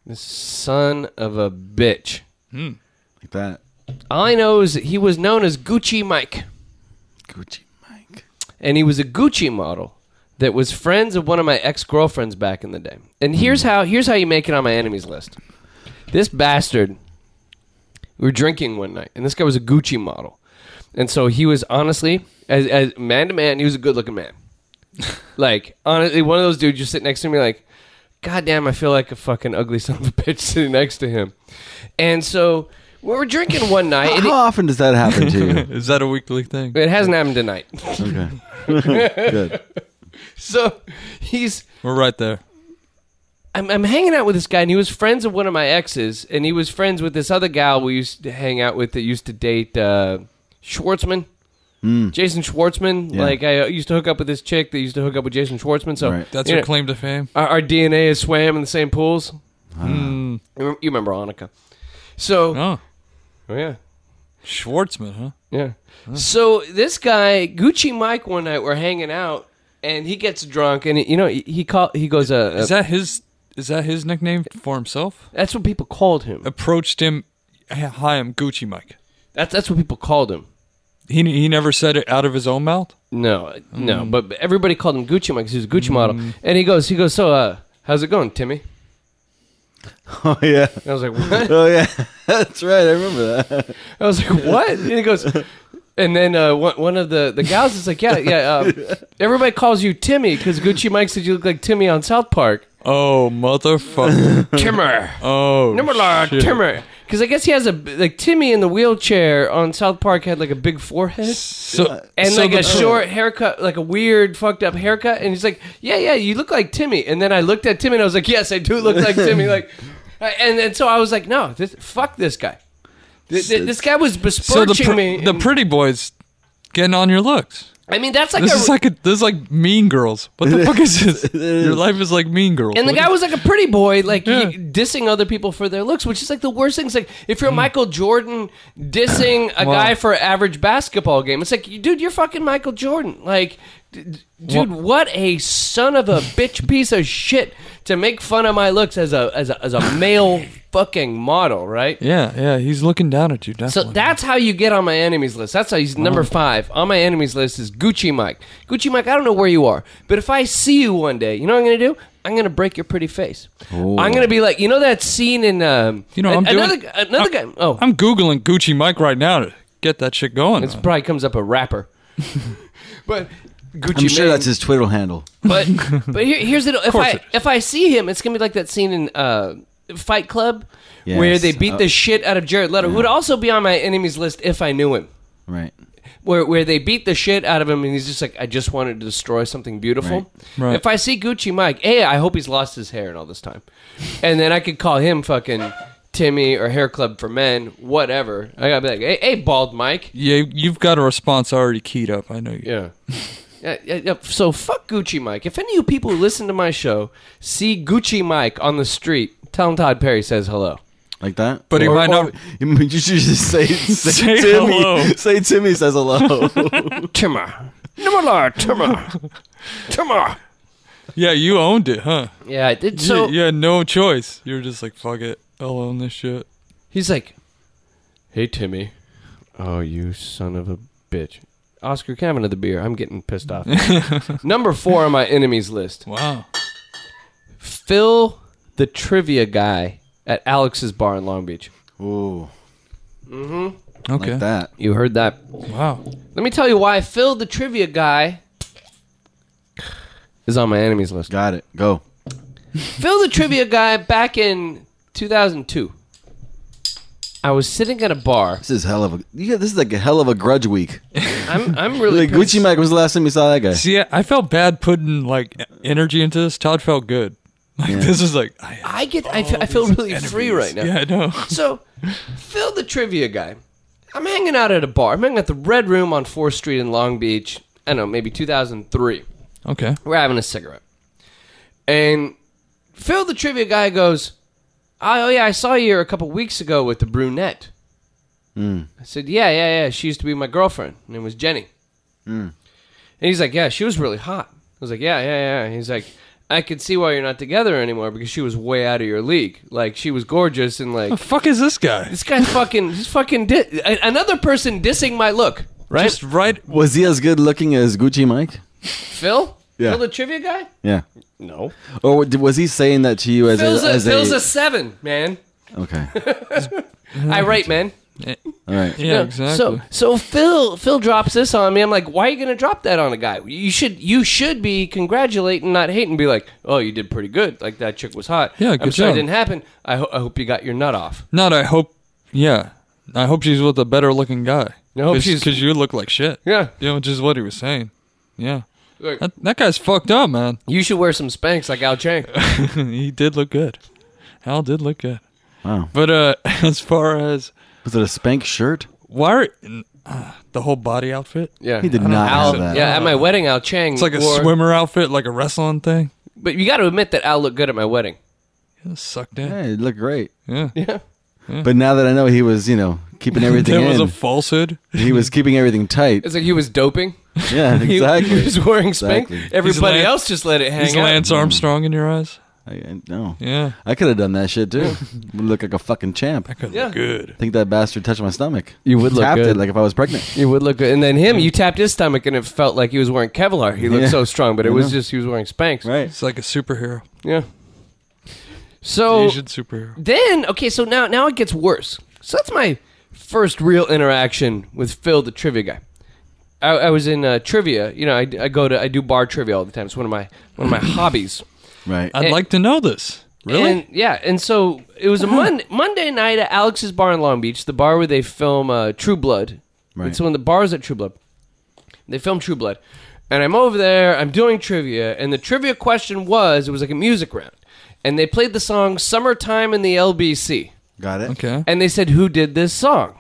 [SPEAKER 1] This son of a bitch.
[SPEAKER 3] Like that.
[SPEAKER 1] All I know is that he was known as Gucci Mike.
[SPEAKER 3] Gucci Mike.
[SPEAKER 1] and he was a Gucci model that was friends of one of my ex girlfriends back in the day. And here's how here's how you make it on my enemies list. This bastard, we were drinking one night, and this guy was a Gucci model, and so he was honestly as as man to man, he was a good looking man. like honestly, one of those dudes just sit next to me like. God damn, I feel like a fucking ugly son of a bitch sitting next to him. And so we were drinking one night.
[SPEAKER 3] How
[SPEAKER 1] and it-
[SPEAKER 3] often does that happen to you?
[SPEAKER 2] Is that a weekly thing?
[SPEAKER 1] it hasn't happened tonight.
[SPEAKER 3] Okay. Good.
[SPEAKER 1] So he's
[SPEAKER 2] We're right there.
[SPEAKER 1] I'm, I'm hanging out with this guy, and he was friends of one of my exes, and he was friends with this other gal we used to hang out with that used to date uh, Schwartzman, Jason Schwartzman.
[SPEAKER 3] Hmm. Yeah.
[SPEAKER 1] Like I uh, used to hook up with this chick that used to hook up with Jason Schwartzman. So
[SPEAKER 3] Right.
[SPEAKER 2] That's
[SPEAKER 1] you
[SPEAKER 2] your
[SPEAKER 1] know,
[SPEAKER 2] claim to fame.
[SPEAKER 1] our, our DNA is swam in the same pools.
[SPEAKER 3] Ah. Hmm.
[SPEAKER 2] Mm.
[SPEAKER 1] You rem- you remember Annika? So
[SPEAKER 2] Oh,
[SPEAKER 1] oh yeah,
[SPEAKER 2] Schwartzman, huh?
[SPEAKER 1] Yeah. So this guy Gucci Mike one night we're hanging out, and he gets drunk, and you know he, he call he goes uh, uh,
[SPEAKER 2] Is that his? Is that his nickname for himself?
[SPEAKER 1] that's what people called him.
[SPEAKER 2] Approached him. Hi, I'm Gucci Mike.
[SPEAKER 1] That's that's what people called him.
[SPEAKER 2] He he never said it out of his own mouth.
[SPEAKER 1] No,
[SPEAKER 2] Mm-hmm.
[SPEAKER 1] no, but but everybody called him Gucci Mike because he was a Gucci model. And he goes, he goes, so uh, how's it going, Timmy?
[SPEAKER 3] Oh yeah.
[SPEAKER 1] And I was like, what?
[SPEAKER 3] Oh yeah. That's right. I remember that.
[SPEAKER 1] I was like, what? And he goes, and then uh, one, one of the the gals is like, yeah, yeah. Um, everybody calls you Timmy because Gucci Mike said you look like Timmy on South Park.
[SPEAKER 2] Oh motherfucker!
[SPEAKER 1] Timmer,
[SPEAKER 2] Oh,
[SPEAKER 1] number large,
[SPEAKER 2] shit.
[SPEAKER 1] Timmer. Because I guess he has a like Timmy in the wheelchair on South Park had like a big forehead.
[SPEAKER 2] So
[SPEAKER 1] and
[SPEAKER 2] so
[SPEAKER 1] like
[SPEAKER 2] the-
[SPEAKER 1] a short haircut, like a weird fucked up haircut. And he's like, "Yeah, yeah, you look like Timmy." And then I looked at Timmy and I was like, "Yes, I do look like Timmy." Like, I- and and so I was like, "No, this fuck this guy. Th- th- This guy was
[SPEAKER 2] So the
[SPEAKER 1] besmirching
[SPEAKER 2] pr-
[SPEAKER 1] me."
[SPEAKER 2] the
[SPEAKER 1] and-
[SPEAKER 2] pretty boys getting on your looks.
[SPEAKER 1] I mean, that's like
[SPEAKER 2] This
[SPEAKER 1] a.
[SPEAKER 2] is like a this is like Mean Girls. What the fuck is this? Your life is like Mean Girls.
[SPEAKER 1] and the
[SPEAKER 2] What
[SPEAKER 1] guy was like a pretty boy, like
[SPEAKER 2] Yeah.
[SPEAKER 1] he- dissing other people for their looks, which is like the worst thing. It's like if you're Michael Jordan dissing a
[SPEAKER 2] Wow.
[SPEAKER 1] guy for an average basketball game, it's like, dude, you're fucking Michael Jordan. Like, d- d- dude, what a son of a bitch piece of shit to make fun of my looks as a as a, as a male fucking model, right?
[SPEAKER 2] Yeah, yeah, he's looking down at you.
[SPEAKER 1] So
[SPEAKER 2] Definitely.
[SPEAKER 1] that's how you get on my enemies list. That's how he's number five on my enemies list is Gucci Mike. Gucci Mike, I don't know where you are, but if I see you one day, you know what I'm going to do? I'm going to break your pretty face. I'm going to be like, you know that scene in um,
[SPEAKER 2] You know, I'm doing-
[SPEAKER 1] another another guy. Oh,
[SPEAKER 2] I'm googling Gucci Mike right now to get that shit going.
[SPEAKER 1] it probably comes up a rapper, but. Gucci
[SPEAKER 3] I'm sure
[SPEAKER 1] Mane.
[SPEAKER 3] that's his Twiddle handle.
[SPEAKER 1] But but here, here's the deal. if
[SPEAKER 2] course
[SPEAKER 1] I
[SPEAKER 2] it is.
[SPEAKER 1] if I see him, it's gonna be like that scene in uh, Fight Club, where
[SPEAKER 3] Yes.
[SPEAKER 1] they beat
[SPEAKER 3] Oh.
[SPEAKER 1] the shit out of Jared Leto, who would also be on my enemies list if I knew him.
[SPEAKER 3] Right.
[SPEAKER 1] Where where they beat the shit out of him, and he's just like, I just wanted to destroy something beautiful.
[SPEAKER 2] Right. Right.
[SPEAKER 1] If I see Gucci Mike, hey, I hope he's lost his hair in all this time, and then I could call him fucking Timmy or Hair Club for Men, whatever. I gotta be like, hey, hey bald Mike,
[SPEAKER 2] Yeah, you've got a response already keyed up. I know you.
[SPEAKER 1] yeah. Yeah, yeah, yeah. So fuck Gucci Mike. If any of you people who listen to my show see Gucci Mike on the street, tell him Todd Perry says hello.
[SPEAKER 3] Like that?
[SPEAKER 2] But he might not-
[SPEAKER 3] You should just say, say,
[SPEAKER 2] Say
[SPEAKER 3] Timmy.
[SPEAKER 2] hello.
[SPEAKER 3] Say Timmy says hello.
[SPEAKER 1] Timmer. Timmer, Timmer. Timmer.
[SPEAKER 2] Yeah, you owned it, huh?
[SPEAKER 1] Yeah, I did.
[SPEAKER 2] You-
[SPEAKER 1] So
[SPEAKER 2] you had no choice. You were just like, fuck it. I'll own this shit.
[SPEAKER 1] he's like, hey, Timmy. Oh, you son of a bitch. Oscar, can I have another beer? I'm getting pissed off. Number four on my enemies list.
[SPEAKER 2] Wow.
[SPEAKER 1] Phil the trivia guy at Alex's bar in Long Beach.
[SPEAKER 3] Ooh, like
[SPEAKER 2] Okay.
[SPEAKER 3] that.
[SPEAKER 1] You heard that.
[SPEAKER 2] Wow.
[SPEAKER 1] Let me tell you why Phil the trivia guy is on my enemies list.
[SPEAKER 3] Got it. Go.
[SPEAKER 1] Phil the trivia guy back in 2002. I was sitting at a bar.
[SPEAKER 3] This is hell of a. Yeah, this is like a hell of a grudge week.
[SPEAKER 1] I'm I'm really
[SPEAKER 3] Like
[SPEAKER 1] pissed.
[SPEAKER 3] Gucci Mike was the last time you saw that guy.
[SPEAKER 2] See, I, I felt bad putting like e- energy into this. Todd felt good. Like this is like I,
[SPEAKER 1] I get I feel, I feel really free right now.
[SPEAKER 2] Yeah, I know.
[SPEAKER 1] So, Phil the trivia guy. I'm hanging out at a bar. I'm hanging at the Red Room on 4th Street in Long Beach. I don't know, maybe 2003.
[SPEAKER 2] Okay.
[SPEAKER 1] We're having a cigarette. And Phil the trivia guy goes, Oh yeah, I saw you here a couple weeks ago with the brunette. I said, Yeah, yeah, yeah. She used to be my girlfriend. Her name was Jenny. And he's like, Yeah, she was really hot. I was like, Yeah, yeah, yeah. He's like, I could see why you're not together anymore because she was way out of your league. Like she was gorgeous and like
[SPEAKER 2] The fuck is this guy?
[SPEAKER 1] this guy's fucking he's fucking di- a- another person dissing my look, right?
[SPEAKER 2] Just right.
[SPEAKER 3] Was he as good looking as Gucci Mike?
[SPEAKER 1] Phil?
[SPEAKER 3] Yeah.
[SPEAKER 1] Phil the trivia guy?
[SPEAKER 3] Yeah.
[SPEAKER 1] No.
[SPEAKER 3] Or did- was he saying that to you as
[SPEAKER 1] Phil's
[SPEAKER 3] a,
[SPEAKER 1] a,
[SPEAKER 3] as
[SPEAKER 1] Phil's a seven, man.
[SPEAKER 3] Okay.
[SPEAKER 1] I rate, man.
[SPEAKER 3] All right.
[SPEAKER 2] Yeah,
[SPEAKER 1] No,
[SPEAKER 2] exactly.
[SPEAKER 1] So so Phil Phil drops this on me. I'm like, why are you gonna drop that on a guy? You should you should be congratulating, not hating. Be like, oh, you did pretty good. Like that chick was hot.
[SPEAKER 2] Yeah,
[SPEAKER 1] I'm
[SPEAKER 2] good
[SPEAKER 1] sorry it
[SPEAKER 2] job."
[SPEAKER 1] didn't happen. I, ho- I hope you got your nut off.
[SPEAKER 2] Not. I hope. Yeah. I hope she's with a better looking guy.
[SPEAKER 1] I hope she's-
[SPEAKER 2] because you look like shit.
[SPEAKER 1] Yeah.
[SPEAKER 2] You know, which is what he was saying. Yeah.
[SPEAKER 1] Look,
[SPEAKER 2] That, that guy's fucked up, man.
[SPEAKER 1] you should wear some spanks like Al Chang.
[SPEAKER 2] he did look good. Al did look good.
[SPEAKER 3] Wow.
[SPEAKER 2] But uh, as far as
[SPEAKER 3] Was it a spank shirt?
[SPEAKER 2] why are, uh, the whole body outfit?
[SPEAKER 1] Yeah,
[SPEAKER 3] He did
[SPEAKER 1] I don't
[SPEAKER 3] not
[SPEAKER 1] know.
[SPEAKER 3] have
[SPEAKER 1] Al,
[SPEAKER 3] that.
[SPEAKER 1] Yeah, at my wedding, Al Chang.
[SPEAKER 2] It's like a
[SPEAKER 1] wore-
[SPEAKER 2] swimmer outfit, like a wrestling thing.
[SPEAKER 1] But you got to admit that Al looked good at my wedding.
[SPEAKER 2] Yeah, sucked in.
[SPEAKER 3] Hey, it looked great.
[SPEAKER 2] Yeah.
[SPEAKER 1] Yeah.
[SPEAKER 3] But now that I know he was, you know, keeping everything
[SPEAKER 2] That was a
[SPEAKER 3] in,
[SPEAKER 2] falsehood.
[SPEAKER 3] he was keeping everything tight.
[SPEAKER 1] It's like he was doping.
[SPEAKER 3] Yeah,
[SPEAKER 1] He- He,
[SPEAKER 3] exactly.
[SPEAKER 1] was wearing spanks.
[SPEAKER 3] Exactly.
[SPEAKER 1] Everybody
[SPEAKER 2] He's Lan-
[SPEAKER 1] else just let it hang
[SPEAKER 2] Is
[SPEAKER 1] out.
[SPEAKER 2] Lance Armstrong in your eyes?
[SPEAKER 3] I, I- no,
[SPEAKER 2] Yeah.
[SPEAKER 3] I could have done that shit too. Would look like a fucking champ. I
[SPEAKER 2] Could
[SPEAKER 1] Yeah.
[SPEAKER 2] look good.
[SPEAKER 3] think that bastard touched my stomach.
[SPEAKER 1] You would look
[SPEAKER 3] Tapped
[SPEAKER 1] good.
[SPEAKER 3] it like if I was pregnant.
[SPEAKER 1] It would look good. And then him, you tapped his stomach and it felt like he was wearing Kevlar. He looked
[SPEAKER 3] Yeah.
[SPEAKER 1] so strong, but it
[SPEAKER 3] I
[SPEAKER 1] was
[SPEAKER 3] know.
[SPEAKER 1] just he was wearing Spanx.
[SPEAKER 3] Right.
[SPEAKER 2] It's like a superhero.
[SPEAKER 1] Yeah. So
[SPEAKER 2] Asian superhero.
[SPEAKER 1] then, okay, so now now it gets worse. So that's my first real interaction with Phil, the trivia guy. I, I was in uh, trivia. You know, I, I go to I do bar trivia all the time. It's one of my one of my hobbies.
[SPEAKER 3] Right.
[SPEAKER 2] I'd
[SPEAKER 1] Eh.
[SPEAKER 2] like to know this. Really?
[SPEAKER 1] And, yeah, and so it was a Mon- Monday night at Alex's Bar in Long Beach, the bar where they film uh, True Blood.
[SPEAKER 3] Right.
[SPEAKER 1] It's one of the bars at True Blood. They film True Blood, and I'm over there. I'm doing trivia, and the trivia question was it was like a music round, and they played the song "Summertime in the LBC,"
[SPEAKER 3] Got it.
[SPEAKER 2] okay.
[SPEAKER 1] and they said who did this song,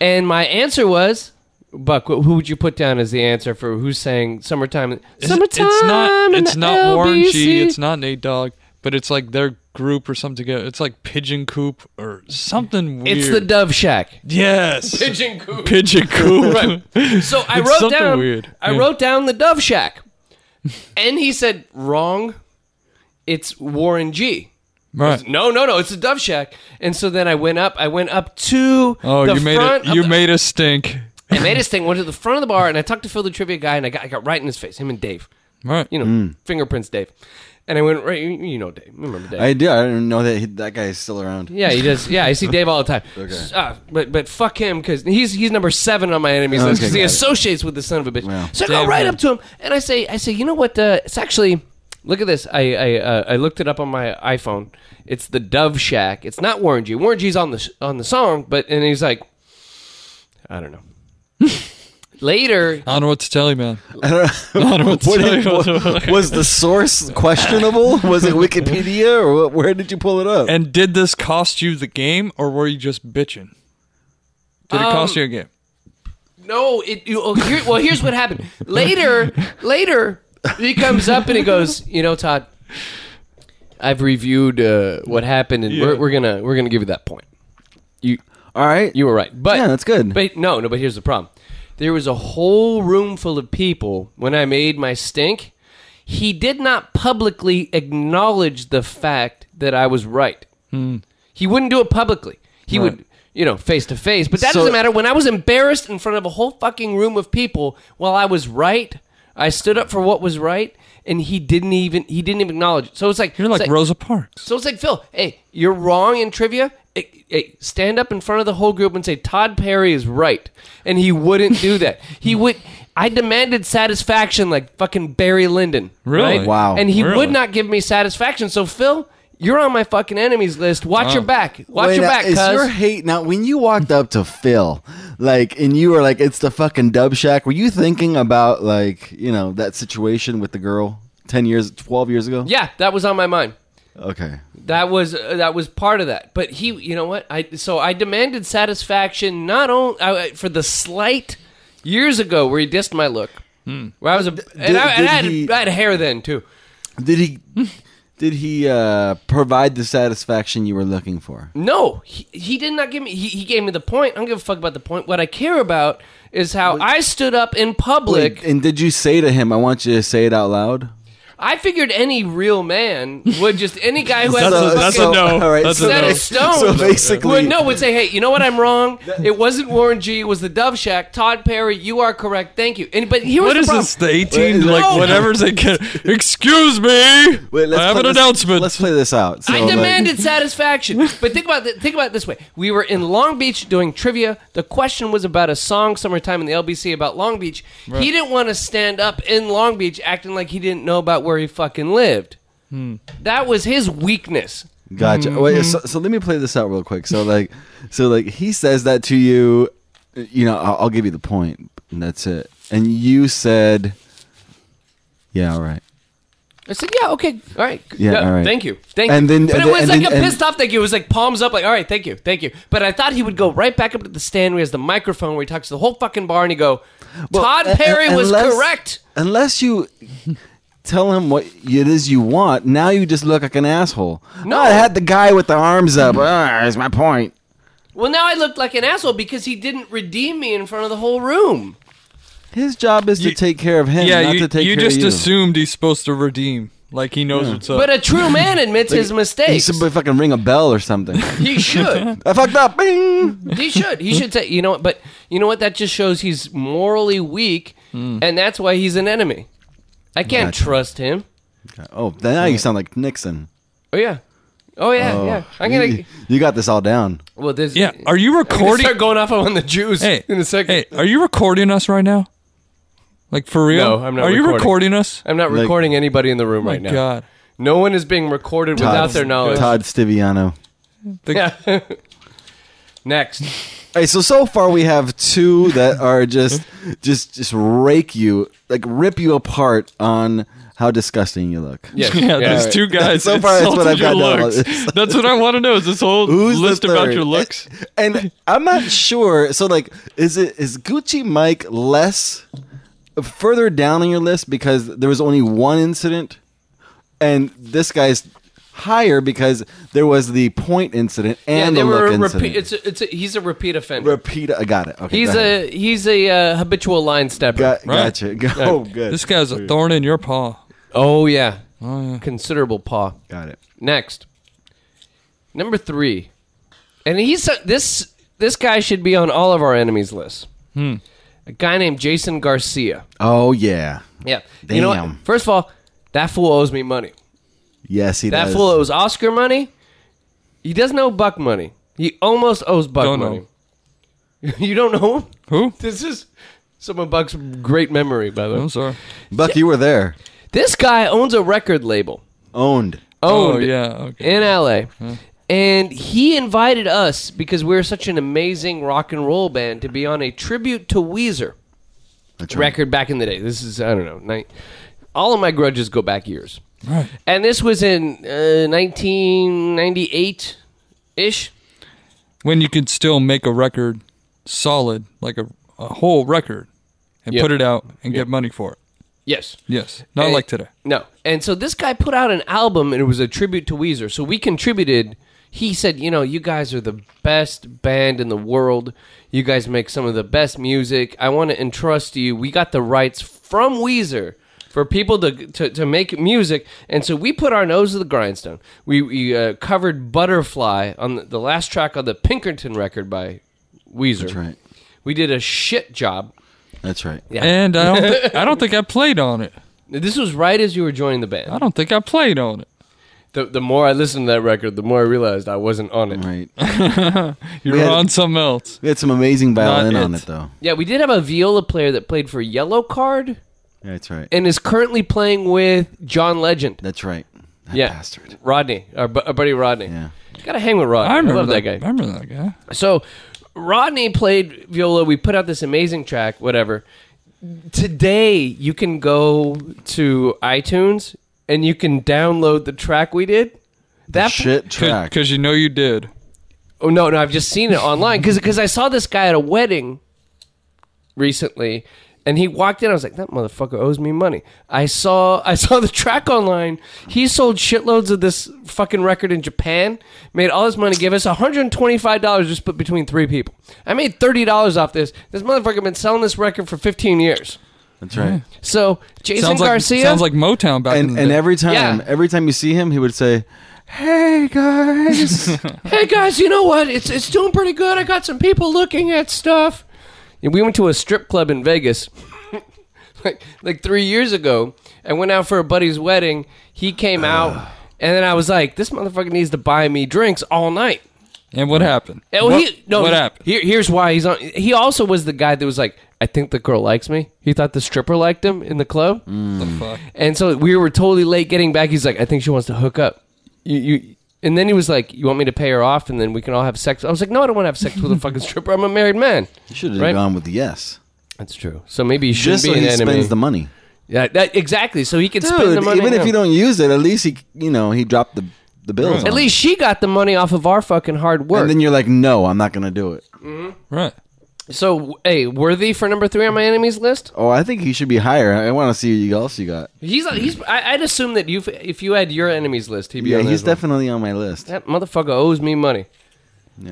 [SPEAKER 1] and my answer was. Buck, wh- who would you put down as the answer for who sang "Summertime"?
[SPEAKER 2] It's-
[SPEAKER 1] summertime.
[SPEAKER 2] It's not.
[SPEAKER 1] in
[SPEAKER 2] It's
[SPEAKER 1] the
[SPEAKER 2] not Warren G.
[SPEAKER 1] LBC."
[SPEAKER 2] It's not Nate Dogg. But it's like their group or something together. It's like Pigeon Coop or something weird.
[SPEAKER 1] It's the Dove Shack.
[SPEAKER 2] yes.
[SPEAKER 1] Pigeon coop.
[SPEAKER 2] Pigeon Coop.
[SPEAKER 1] So I
[SPEAKER 2] It's
[SPEAKER 1] wrote
[SPEAKER 2] something
[SPEAKER 1] down.
[SPEAKER 2] weird.
[SPEAKER 1] I
[SPEAKER 2] Yeah.
[SPEAKER 1] wrote down the Dove Shack, and he said wrong. It's Warren G.
[SPEAKER 2] Right.
[SPEAKER 1] No, no, no. It's the Dove Shack. And so then I went up. I went up to
[SPEAKER 2] Oh,
[SPEAKER 1] the
[SPEAKER 2] you made
[SPEAKER 1] front.
[SPEAKER 2] it.
[SPEAKER 1] of
[SPEAKER 2] You
[SPEAKER 1] the-
[SPEAKER 2] made us stink.
[SPEAKER 1] I made his thing. Went to the front of the bar, and I talked to Phil the trivia guy, and I got I got right in his face. Him and Dave.
[SPEAKER 2] Right.
[SPEAKER 1] You know, fingerprints, Dave. And I went right. You you know, Dave. Remember Dave?
[SPEAKER 3] I did. I didn't know that he, that guy is still around.
[SPEAKER 1] Yeah, he does. Yeah, I see Dave all the time. S- uh, but but fuck him because he's he's number seven on my enemies list
[SPEAKER 3] Okay,
[SPEAKER 1] because he
[SPEAKER 3] got it.
[SPEAKER 1] associates with the son of a bitch.
[SPEAKER 3] Wow.
[SPEAKER 1] So I go
[SPEAKER 2] Damn
[SPEAKER 1] right
[SPEAKER 2] him.
[SPEAKER 1] up to him and I say I say you know what? Uh, it's actually Look at this. I I, uh, I looked it up on my iPhone. It's the Dove Shack. It's not Warren G. Warren G's on the sh- on the song, but and he's like, I don't know. Later,
[SPEAKER 2] I don't know what to tell you, man.
[SPEAKER 3] I don't know.
[SPEAKER 2] I don't know what to
[SPEAKER 3] What
[SPEAKER 2] tell
[SPEAKER 3] did-
[SPEAKER 2] you.
[SPEAKER 3] wa- was the source questionable? Was it Wikipedia or what, where did you pull it up?
[SPEAKER 2] And did this cost you the game, or were you just bitching? Did it
[SPEAKER 3] Um,
[SPEAKER 2] cost you a game?
[SPEAKER 1] No, it. You, oh, here, well, here's what happened. Later, later, he comes up and he goes, you know, Todd, I've reviewed uh, what happened, and we're,
[SPEAKER 2] Yeah.
[SPEAKER 1] we're gonna we're gonna give you that point. You
[SPEAKER 3] All right.
[SPEAKER 1] you were right, but
[SPEAKER 3] Yeah, that's good.
[SPEAKER 1] But no, no, but here's the problem. There was a whole room full of people when I made my stink. He did not publicly acknowledge the fact that I was right.
[SPEAKER 3] Hmm.
[SPEAKER 1] He wouldn't do it publicly. He would, you know, face to face. But that
[SPEAKER 3] So-
[SPEAKER 1] doesn't matter. When I was embarrassed in front of a whole fucking room of people while I was right, I stood up for what was right, and he didn't even he didn't even acknowledge it. So it's like
[SPEAKER 2] You're
[SPEAKER 1] it's
[SPEAKER 2] like Rosa Parks.
[SPEAKER 1] so it's like Phil, hey, you're wrong in trivia. Hey, hey, stand up in front of the whole group and say Todd Perry is right, and he wouldn't do that. he would. I demanded satisfaction like fucking Barry Lyndon.
[SPEAKER 2] Really?
[SPEAKER 1] right?
[SPEAKER 3] Wow.
[SPEAKER 1] And he
[SPEAKER 2] Really?
[SPEAKER 1] would not give me satisfaction. So Phil, you're on my fucking enemies list. Watch your back. Watch
[SPEAKER 3] Wait,
[SPEAKER 1] your
[SPEAKER 3] now,
[SPEAKER 1] back,
[SPEAKER 3] Is your
[SPEAKER 1] cuz.
[SPEAKER 3] hate now? When you walked up to Phil, like, and you were like, "It's the fucking Dub Shack." Were you thinking about like, you know, that situation with the girl ten years, twelve years ago?
[SPEAKER 1] Yeah, that was on my mind.
[SPEAKER 3] Okay.
[SPEAKER 1] That was uh, that was part of that. But he, you know what? I so I demanded satisfaction not only I, for the slight years ago where he dissed my look. Where I was a and, I, and
[SPEAKER 3] did
[SPEAKER 1] I, had,
[SPEAKER 3] he-
[SPEAKER 1] I had hair then too.
[SPEAKER 3] Did he? did he uh, provide the satisfaction you were looking for?
[SPEAKER 1] No, he, he did not give me. He, he gave me the point. I don't give a fuck about the point. What I care about is how I stood up in public.
[SPEAKER 3] Wait, and did you say to him, "I want you to say it out loud"?
[SPEAKER 1] I figured any real man would just any guy who has
[SPEAKER 2] That's
[SPEAKER 1] a,
[SPEAKER 2] a- that's a
[SPEAKER 1] fucking-
[SPEAKER 2] no. That's a
[SPEAKER 1] set
[SPEAKER 2] no.
[SPEAKER 1] of stone.
[SPEAKER 3] So basically,
[SPEAKER 1] would, no, would say, hey, you know what? I'm wrong. It wasn't Warren G. It was the Dove Shack. Todd Perry, you are correct. Thank you. And, but here was
[SPEAKER 2] What
[SPEAKER 1] the
[SPEAKER 2] is
[SPEAKER 1] problem.
[SPEAKER 2] this? The 18,
[SPEAKER 3] Wait,
[SPEAKER 2] like
[SPEAKER 1] no.
[SPEAKER 2] whatever they get. Excuse me.
[SPEAKER 3] Wait, let's
[SPEAKER 2] I have
[SPEAKER 3] play
[SPEAKER 2] an
[SPEAKER 3] this-
[SPEAKER 2] announcement.
[SPEAKER 3] Let's play this out. So,
[SPEAKER 1] I
[SPEAKER 3] like-
[SPEAKER 1] demanded satisfaction. But think about th- think about it this way: we were in Long Beach doing trivia. The question was about a song, "Summertime" in the LBC about Long Beach. He didn't want to stand up in Long Beach, acting like he didn't know about where he fucking lived.
[SPEAKER 2] Hmm.
[SPEAKER 1] That was his weakness.
[SPEAKER 3] Gotcha. Wait, so, so let me play this out real quick. So like, so like he says that to you, you know, I'll, I'll give you the point, and that's it. And you said, yeah, all right.
[SPEAKER 1] I said, "Yeah, okay, all right,
[SPEAKER 3] Yeah, all right.
[SPEAKER 1] thank you, thank
[SPEAKER 3] And
[SPEAKER 1] you."
[SPEAKER 3] then-
[SPEAKER 1] but
[SPEAKER 3] and
[SPEAKER 1] it
[SPEAKER 3] then-
[SPEAKER 1] was
[SPEAKER 3] and
[SPEAKER 1] like
[SPEAKER 3] then-
[SPEAKER 1] a
[SPEAKER 3] and-
[SPEAKER 1] pissed off thank you. It was like palms up, like, "All right, thank you, thank you." But I thought he would go right back up to the stand where he has the microphone, where he talks to the whole fucking bar, and he go,
[SPEAKER 3] Well,
[SPEAKER 1] "Todd
[SPEAKER 3] un-
[SPEAKER 1] Perry
[SPEAKER 3] un-
[SPEAKER 1] was
[SPEAKER 3] unless-
[SPEAKER 1] correct."
[SPEAKER 3] Unless you tell him what it is you want, now you just look like an asshole. No, I had the guy with the arms up. Ah, That's my point.
[SPEAKER 1] Well, now I looked like an asshole because he didn't redeem me in front of the whole room.
[SPEAKER 3] His job is to
[SPEAKER 2] You-
[SPEAKER 3] take care of him,
[SPEAKER 2] yeah,
[SPEAKER 3] not
[SPEAKER 2] you,
[SPEAKER 3] to take
[SPEAKER 2] you
[SPEAKER 3] care
[SPEAKER 2] just
[SPEAKER 3] of you.
[SPEAKER 2] assumed he's supposed to redeem. Like he knows what's up.
[SPEAKER 1] But a true man admits his
[SPEAKER 3] He
[SPEAKER 1] mistakes.
[SPEAKER 3] should fucking ring a bell or something.
[SPEAKER 1] He should.
[SPEAKER 3] I fucked up. Bing.
[SPEAKER 1] He should. He should say, you know what? But you know what? That just shows he's morally weak, and that's why he's an enemy. I can't
[SPEAKER 3] Hmm. Gotcha.
[SPEAKER 1] trust him.
[SPEAKER 3] Oh, now you sound like Nixon.
[SPEAKER 1] Oh yeah. Oh yeah. Yeah. I'm
[SPEAKER 3] you,
[SPEAKER 1] gonna.
[SPEAKER 3] you got this all down.
[SPEAKER 1] Well, this.
[SPEAKER 2] yeah, are you
[SPEAKER 1] I'm gonna
[SPEAKER 2] recording?
[SPEAKER 1] start going off on the Jews
[SPEAKER 2] Hey,
[SPEAKER 1] in a second.
[SPEAKER 2] hey, are you recording us right now? Like for real?
[SPEAKER 1] No, I'm not
[SPEAKER 2] Are you
[SPEAKER 1] recording.
[SPEAKER 2] recording us?
[SPEAKER 1] I'm not
[SPEAKER 3] Like-
[SPEAKER 1] recording anybody in the room
[SPEAKER 2] my
[SPEAKER 1] right now.
[SPEAKER 2] God.
[SPEAKER 1] No one is being recorded
[SPEAKER 3] Todd,
[SPEAKER 1] without their knowledge.
[SPEAKER 3] Todd Stiviano.
[SPEAKER 2] The-
[SPEAKER 1] Yeah. Next.
[SPEAKER 3] All right, so so far we have two that are just just just rake you, like rip you apart on how disgusting you look.
[SPEAKER 1] Yes.
[SPEAKER 2] Yeah, there's
[SPEAKER 3] right.
[SPEAKER 2] two guys
[SPEAKER 3] So far, that's what
[SPEAKER 2] insulted
[SPEAKER 3] I've
[SPEAKER 2] your
[SPEAKER 3] got down on
[SPEAKER 2] looks.
[SPEAKER 3] this.
[SPEAKER 2] That's what I want to know is this whole
[SPEAKER 3] Who's the
[SPEAKER 2] list about
[SPEAKER 3] third?
[SPEAKER 2] your looks.
[SPEAKER 3] And I'm not sure. So like, is it is Gucci Mike less further down on your list because there was only one incident, and this guy's higher because there was the point incident and
[SPEAKER 1] yeah,
[SPEAKER 3] the
[SPEAKER 1] they were
[SPEAKER 3] look
[SPEAKER 1] a
[SPEAKER 3] incident.
[SPEAKER 1] repeat. It's a, it's a, he's a repeat offender.
[SPEAKER 3] Repeat. I got it. Okay,
[SPEAKER 1] he's
[SPEAKER 3] go ahead.
[SPEAKER 1] a he's a uh, habitual line stepper.
[SPEAKER 3] Got,
[SPEAKER 2] Right.
[SPEAKER 3] Gotcha. Go, oh, good.
[SPEAKER 2] This guy's a thorn in your paw.
[SPEAKER 1] oh yeah,
[SPEAKER 2] Oh, yeah.
[SPEAKER 1] considerable paw.
[SPEAKER 3] got it.
[SPEAKER 1] Next, number three, and he's this this guy should be on all of our enemies lists.
[SPEAKER 2] Hmm.
[SPEAKER 1] A guy named Jason Garcia.
[SPEAKER 3] Oh yeah.
[SPEAKER 1] Yeah, you know. What?
[SPEAKER 3] Damn.
[SPEAKER 1] First of all, that fool owes me money.
[SPEAKER 3] Yes, he
[SPEAKER 1] That
[SPEAKER 3] does.
[SPEAKER 1] fool owes Oscar money. He doesn't owe Buck money. He almost owes Buck
[SPEAKER 2] Don't know.
[SPEAKER 1] money. you don't know him?
[SPEAKER 2] Who?
[SPEAKER 1] This is some of Buck's great memory, by the way.
[SPEAKER 2] I'm sorry.
[SPEAKER 3] Buck, you were there.
[SPEAKER 1] This guy owns a record label.
[SPEAKER 3] Owned.
[SPEAKER 1] Owned
[SPEAKER 2] oh yeah. Okay.
[SPEAKER 1] in LA. And he invited us because we are such an amazing rock and roll band to be on a tribute to Weezer
[SPEAKER 3] That's right.
[SPEAKER 1] record back in the day. This is I don't know. Nine, all of my grudges go back years.
[SPEAKER 2] Right.
[SPEAKER 1] And this was in uh, 1998 ish.
[SPEAKER 2] When you could still make a record solid, like a, a whole record, and
[SPEAKER 1] Yep.
[SPEAKER 2] put it out and get money for it.
[SPEAKER 1] Yes.
[SPEAKER 2] Yes. Not
[SPEAKER 1] And-
[SPEAKER 2] like today.
[SPEAKER 1] No. And so this guy put out an album and it was a tribute to Weezer. So we contributed. He said, you know, you guys are the best band in the world. You guys make some of the best music. I want to entrust you. We got the rights from Weezer for people to, to, to make music. And so we put our nose to the grindstone. We, we uh, covered Butterfly on the, the last track on the Pinkerton record by Weezer.
[SPEAKER 3] That's right.
[SPEAKER 1] We did a shit job.
[SPEAKER 3] That's right.
[SPEAKER 1] Yeah.
[SPEAKER 2] And I don't, thi- I don't think I played on it.
[SPEAKER 1] This was right as you were joining the band.
[SPEAKER 2] I don't think I played on it.
[SPEAKER 1] The, the more I listened to that record, the more I realized I wasn't on it.
[SPEAKER 3] Right.
[SPEAKER 2] You're
[SPEAKER 3] had-
[SPEAKER 2] on something else.
[SPEAKER 3] We had some amazing violin
[SPEAKER 2] Not
[SPEAKER 3] on
[SPEAKER 2] it.
[SPEAKER 3] it though.
[SPEAKER 1] Yeah, we did have a viola player that played for Yellow Card
[SPEAKER 3] That's right.
[SPEAKER 1] and is currently playing with John Legend.
[SPEAKER 3] That's right. That
[SPEAKER 1] yeah,
[SPEAKER 3] bastard.
[SPEAKER 1] Rodney, our, bu- our buddy Rodney.
[SPEAKER 3] Yeah.
[SPEAKER 1] Gotta hang with Rodney.
[SPEAKER 2] I
[SPEAKER 1] I,
[SPEAKER 2] remember
[SPEAKER 1] love that,
[SPEAKER 2] I
[SPEAKER 1] guy.
[SPEAKER 2] remember that guy.
[SPEAKER 1] So, Rodney played viola. We put out this amazing track, whatever. Today, you can go to iTunes and you can download the track we did. That
[SPEAKER 3] Shit track.
[SPEAKER 2] Because you know you did.
[SPEAKER 1] Oh no, no, I've just seen it online because I saw this guy at a wedding recently, and he walked in. I was like, that motherfucker owes me money. I saw I saw the track online. He sold shitloads of this fucking record in Japan, made all this money, gave us one hundred and twenty five dollars just split between three people. I made thirty dollars off this. This motherfucker been selling this record for fifteen years.
[SPEAKER 3] That's right.
[SPEAKER 1] So Jason
[SPEAKER 2] Sounds like
[SPEAKER 1] Garcia
[SPEAKER 2] sounds like Motown back in
[SPEAKER 3] And
[SPEAKER 2] the
[SPEAKER 3] and
[SPEAKER 2] day.
[SPEAKER 3] every time,
[SPEAKER 1] Yeah.
[SPEAKER 3] every time you see him, he would say, "Hey guys."
[SPEAKER 1] hey guys, you know what? It's it's doing pretty good. I got some people looking at stuff. And we went to a strip club in Vegas like like three years ago. I went out for a buddy's wedding. He came out, and then I was like, this motherfucker needs to buy me drinks all night.
[SPEAKER 2] and what happened?
[SPEAKER 1] And
[SPEAKER 2] what,
[SPEAKER 1] he, no,
[SPEAKER 2] what
[SPEAKER 1] he-
[SPEAKER 2] happened?
[SPEAKER 1] Here, here's why he's on. He also was the guy that was like, I think the girl likes me. He thought the stripper liked him in the club.
[SPEAKER 3] Mm.
[SPEAKER 2] the fuck?
[SPEAKER 1] And so we were totally late getting back. He's like, I think she wants to hook up. You, you, and then he was like, You want me to pay her off and then we can all have sex? I was like, No, I don't want to have sex with a fucking stripper. I'm a married man.
[SPEAKER 3] You should have
[SPEAKER 1] Right.
[SPEAKER 3] gone with yes.
[SPEAKER 1] That's true. So maybe you shouldn't
[SPEAKER 3] Just so
[SPEAKER 1] be an
[SPEAKER 3] he
[SPEAKER 1] enemy.
[SPEAKER 3] spends the money.
[SPEAKER 1] yeah, that, exactly. So he could spend
[SPEAKER 3] Dude,
[SPEAKER 1] the money.
[SPEAKER 3] even
[SPEAKER 1] now.
[SPEAKER 3] if you don't use it, at least he, you know, he dropped the the bills. on
[SPEAKER 1] At
[SPEAKER 3] it.
[SPEAKER 1] least she got the money off of our fucking hard work.
[SPEAKER 3] and then you're like, "No, I'm not going to do it."
[SPEAKER 2] Right.
[SPEAKER 1] so, hey, worthy for number three on my enemies list?
[SPEAKER 3] Oh, I think he should be higher. I want to see what else you got.
[SPEAKER 1] He's, he's. I, I'd assume that you, if you had your enemies list, he'd be
[SPEAKER 3] Yeah,
[SPEAKER 1] on
[SPEAKER 3] he's
[SPEAKER 1] this one.
[SPEAKER 3] definitely on my list.
[SPEAKER 1] That motherfucker owes me money.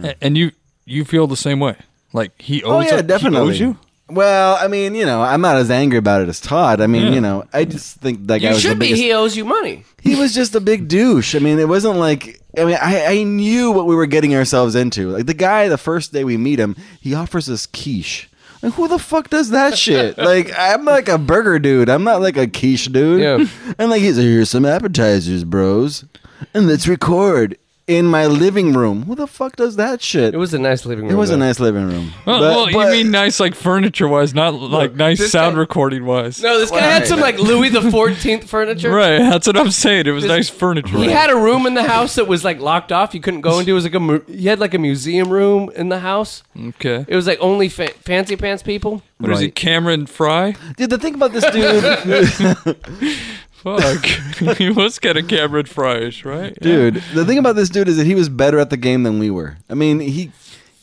[SPEAKER 2] A- And you you feel the same way. Like he
[SPEAKER 3] Oh
[SPEAKER 2] owes
[SPEAKER 3] yeah,
[SPEAKER 2] he
[SPEAKER 3] definitely.
[SPEAKER 2] owes you.
[SPEAKER 3] Well, I mean, you know, I'm not as angry about it as Todd. I mean, you know, I just think that
[SPEAKER 1] You
[SPEAKER 3] guy was the
[SPEAKER 1] should be.
[SPEAKER 3] biggest.
[SPEAKER 1] He owes you money.
[SPEAKER 3] He was just a big douche. I mean, it wasn't like I mean, I, I knew what we were getting ourselves into. Like the guy, the first day we meet him, he offers us quiche. Like who the fuck does that shit? Like I'm like a burger dude. I'm not like a quiche dude.
[SPEAKER 1] Yeah.
[SPEAKER 3] And like he's like, here's some appetizers, bros, and let's record in my living room. Who the fuck does that shit?
[SPEAKER 1] It was a nice living room.
[SPEAKER 3] It was a
[SPEAKER 1] though.
[SPEAKER 3] nice living room.
[SPEAKER 2] Well,
[SPEAKER 3] But-
[SPEAKER 2] well,
[SPEAKER 3] but-
[SPEAKER 2] you mean nice like furniture wise, not like nice
[SPEAKER 1] this
[SPEAKER 2] sound
[SPEAKER 1] guy-
[SPEAKER 2] recording wise.
[SPEAKER 1] No, this guy had some like Louis the Fourteenth furniture.
[SPEAKER 2] Right, that's what I'm saying. It was nice furniture.
[SPEAKER 1] He had a room in the house that was like locked off. You couldn't go into. It was like a mu- he had like a museum room in the house.
[SPEAKER 2] okay.
[SPEAKER 1] It was like only fa- fancy pants people.
[SPEAKER 2] What is he,
[SPEAKER 3] Right.
[SPEAKER 2] Cameron Fry?
[SPEAKER 3] Dude, the thing about this dude,
[SPEAKER 2] Fuck. he was kind of Cameron Fryish, right? Yeah.
[SPEAKER 3] dude, the thing about this dude is that he was better at the game than we were. I mean, he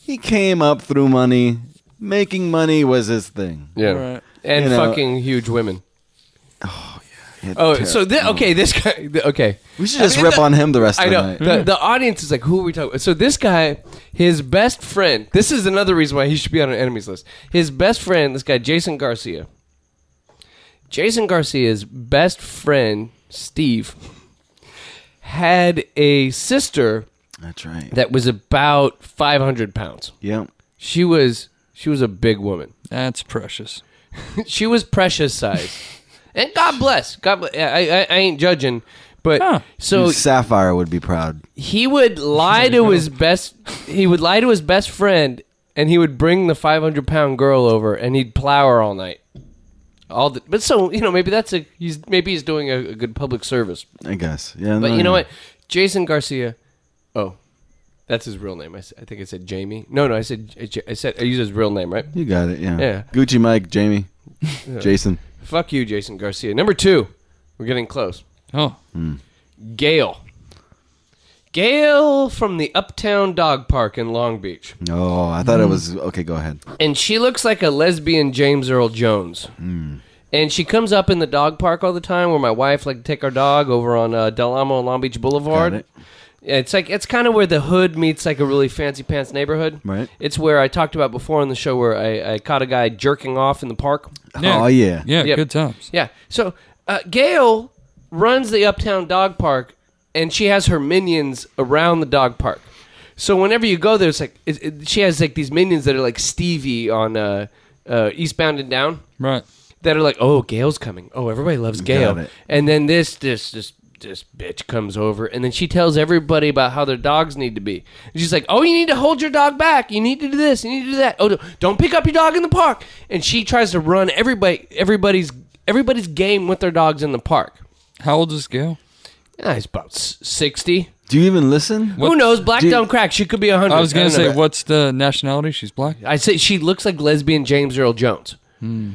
[SPEAKER 3] he came up through money. Making money was his thing.
[SPEAKER 1] Yeah,
[SPEAKER 2] Right.
[SPEAKER 1] and
[SPEAKER 3] You know-
[SPEAKER 1] fucking huge women.
[SPEAKER 3] He had
[SPEAKER 1] Oh,
[SPEAKER 3] terror.
[SPEAKER 1] so thi- okay, this guy. th- Okay,
[SPEAKER 3] we should just
[SPEAKER 1] I mean,
[SPEAKER 3] rip
[SPEAKER 1] the-
[SPEAKER 3] on him the rest
[SPEAKER 1] I
[SPEAKER 3] of the
[SPEAKER 1] know
[SPEAKER 3] night.
[SPEAKER 1] the, the audience is like, who are we talking? About? So this guy, his best friend. This is another reason why he should be on an enemies list. His best friend, this guy Jason Garcia. Jason Garcia's best friend Steve had a sister
[SPEAKER 3] That's right.
[SPEAKER 1] that was about 500 pounds.
[SPEAKER 3] yeah.
[SPEAKER 1] She was she was a big woman.
[SPEAKER 2] That's precious.
[SPEAKER 1] she was precious size, and God bless. God, bless, I, I I ain't judging, but
[SPEAKER 2] Huh.
[SPEAKER 1] so
[SPEAKER 3] Sapphire would be proud.
[SPEAKER 1] he would lie to his best he would lie to his best friend and he would bring the 500 pound girl over and he'd plow her all night All the, but so you know maybe that's a he's maybe he's doing a, a good public service.
[SPEAKER 3] I guess. Yeah.
[SPEAKER 1] But
[SPEAKER 3] no,
[SPEAKER 1] you know
[SPEAKER 3] yeah.
[SPEAKER 1] what, Jason Garcia, oh, that's his real name. I, s- I think I said Jamie. No, no, I said I j- I said I used his real name, right?
[SPEAKER 3] You got it. Yeah.
[SPEAKER 1] Yeah.
[SPEAKER 3] Gucci Mike, Jamie, Jason.
[SPEAKER 1] Fuck you, Jason Garcia. Number two, we're getting close.
[SPEAKER 2] Oh,
[SPEAKER 1] Gail. Gail from the Uptown Dog Park in Long Beach.
[SPEAKER 3] Oh, I
[SPEAKER 1] Mm.
[SPEAKER 3] thought it was okay. Go ahead.
[SPEAKER 1] And she looks like a lesbian James Earl Jones.
[SPEAKER 3] Hmm.
[SPEAKER 1] And she comes up in the dog park all the time where my wife like to take our dog over on uh, Del Amo and Long Beach Boulevard.
[SPEAKER 3] Got it.
[SPEAKER 1] Yeah, It's like it's kind of where the hood meets like a really fancy pants neighborhood.
[SPEAKER 3] Right.
[SPEAKER 1] It's where I talked about before on the show where I, I caught a guy jerking off in the park.
[SPEAKER 2] yeah.
[SPEAKER 3] Oh yeah.
[SPEAKER 2] Yeah,
[SPEAKER 1] Yep.
[SPEAKER 2] good times.
[SPEAKER 1] Yeah. So uh, Gail runs the Uptown Dog Park, and she has her minions around the dog park. So whenever you go there, it's like it, it- she has like these minions that are like Stevie on uh, uh, Eastbound and Down
[SPEAKER 2] Right.
[SPEAKER 1] that are like, oh, Gail's coming. Oh, everybody loves Gail.
[SPEAKER 3] it.
[SPEAKER 1] And then this, this, this, this bitch comes over, and then she tells everybody about how their dogs need to be. And she's like, oh, you need to hold your dog back. You need to do this. You need to do that. Oh, no, don't pick up your dog in the park. And she tries to run everybody, everybody's, everybody's game with their dogs in the park.
[SPEAKER 2] How old is Gail?
[SPEAKER 1] Ah, he's about s- sixty.
[SPEAKER 3] Do you even listen?
[SPEAKER 1] Who knows? Black
[SPEAKER 3] Dude.
[SPEAKER 1] don't crack. She could be hundred.
[SPEAKER 2] I was gonna say, what's the nationality? She's black.
[SPEAKER 1] I say she looks like lesbian James Earl Jones.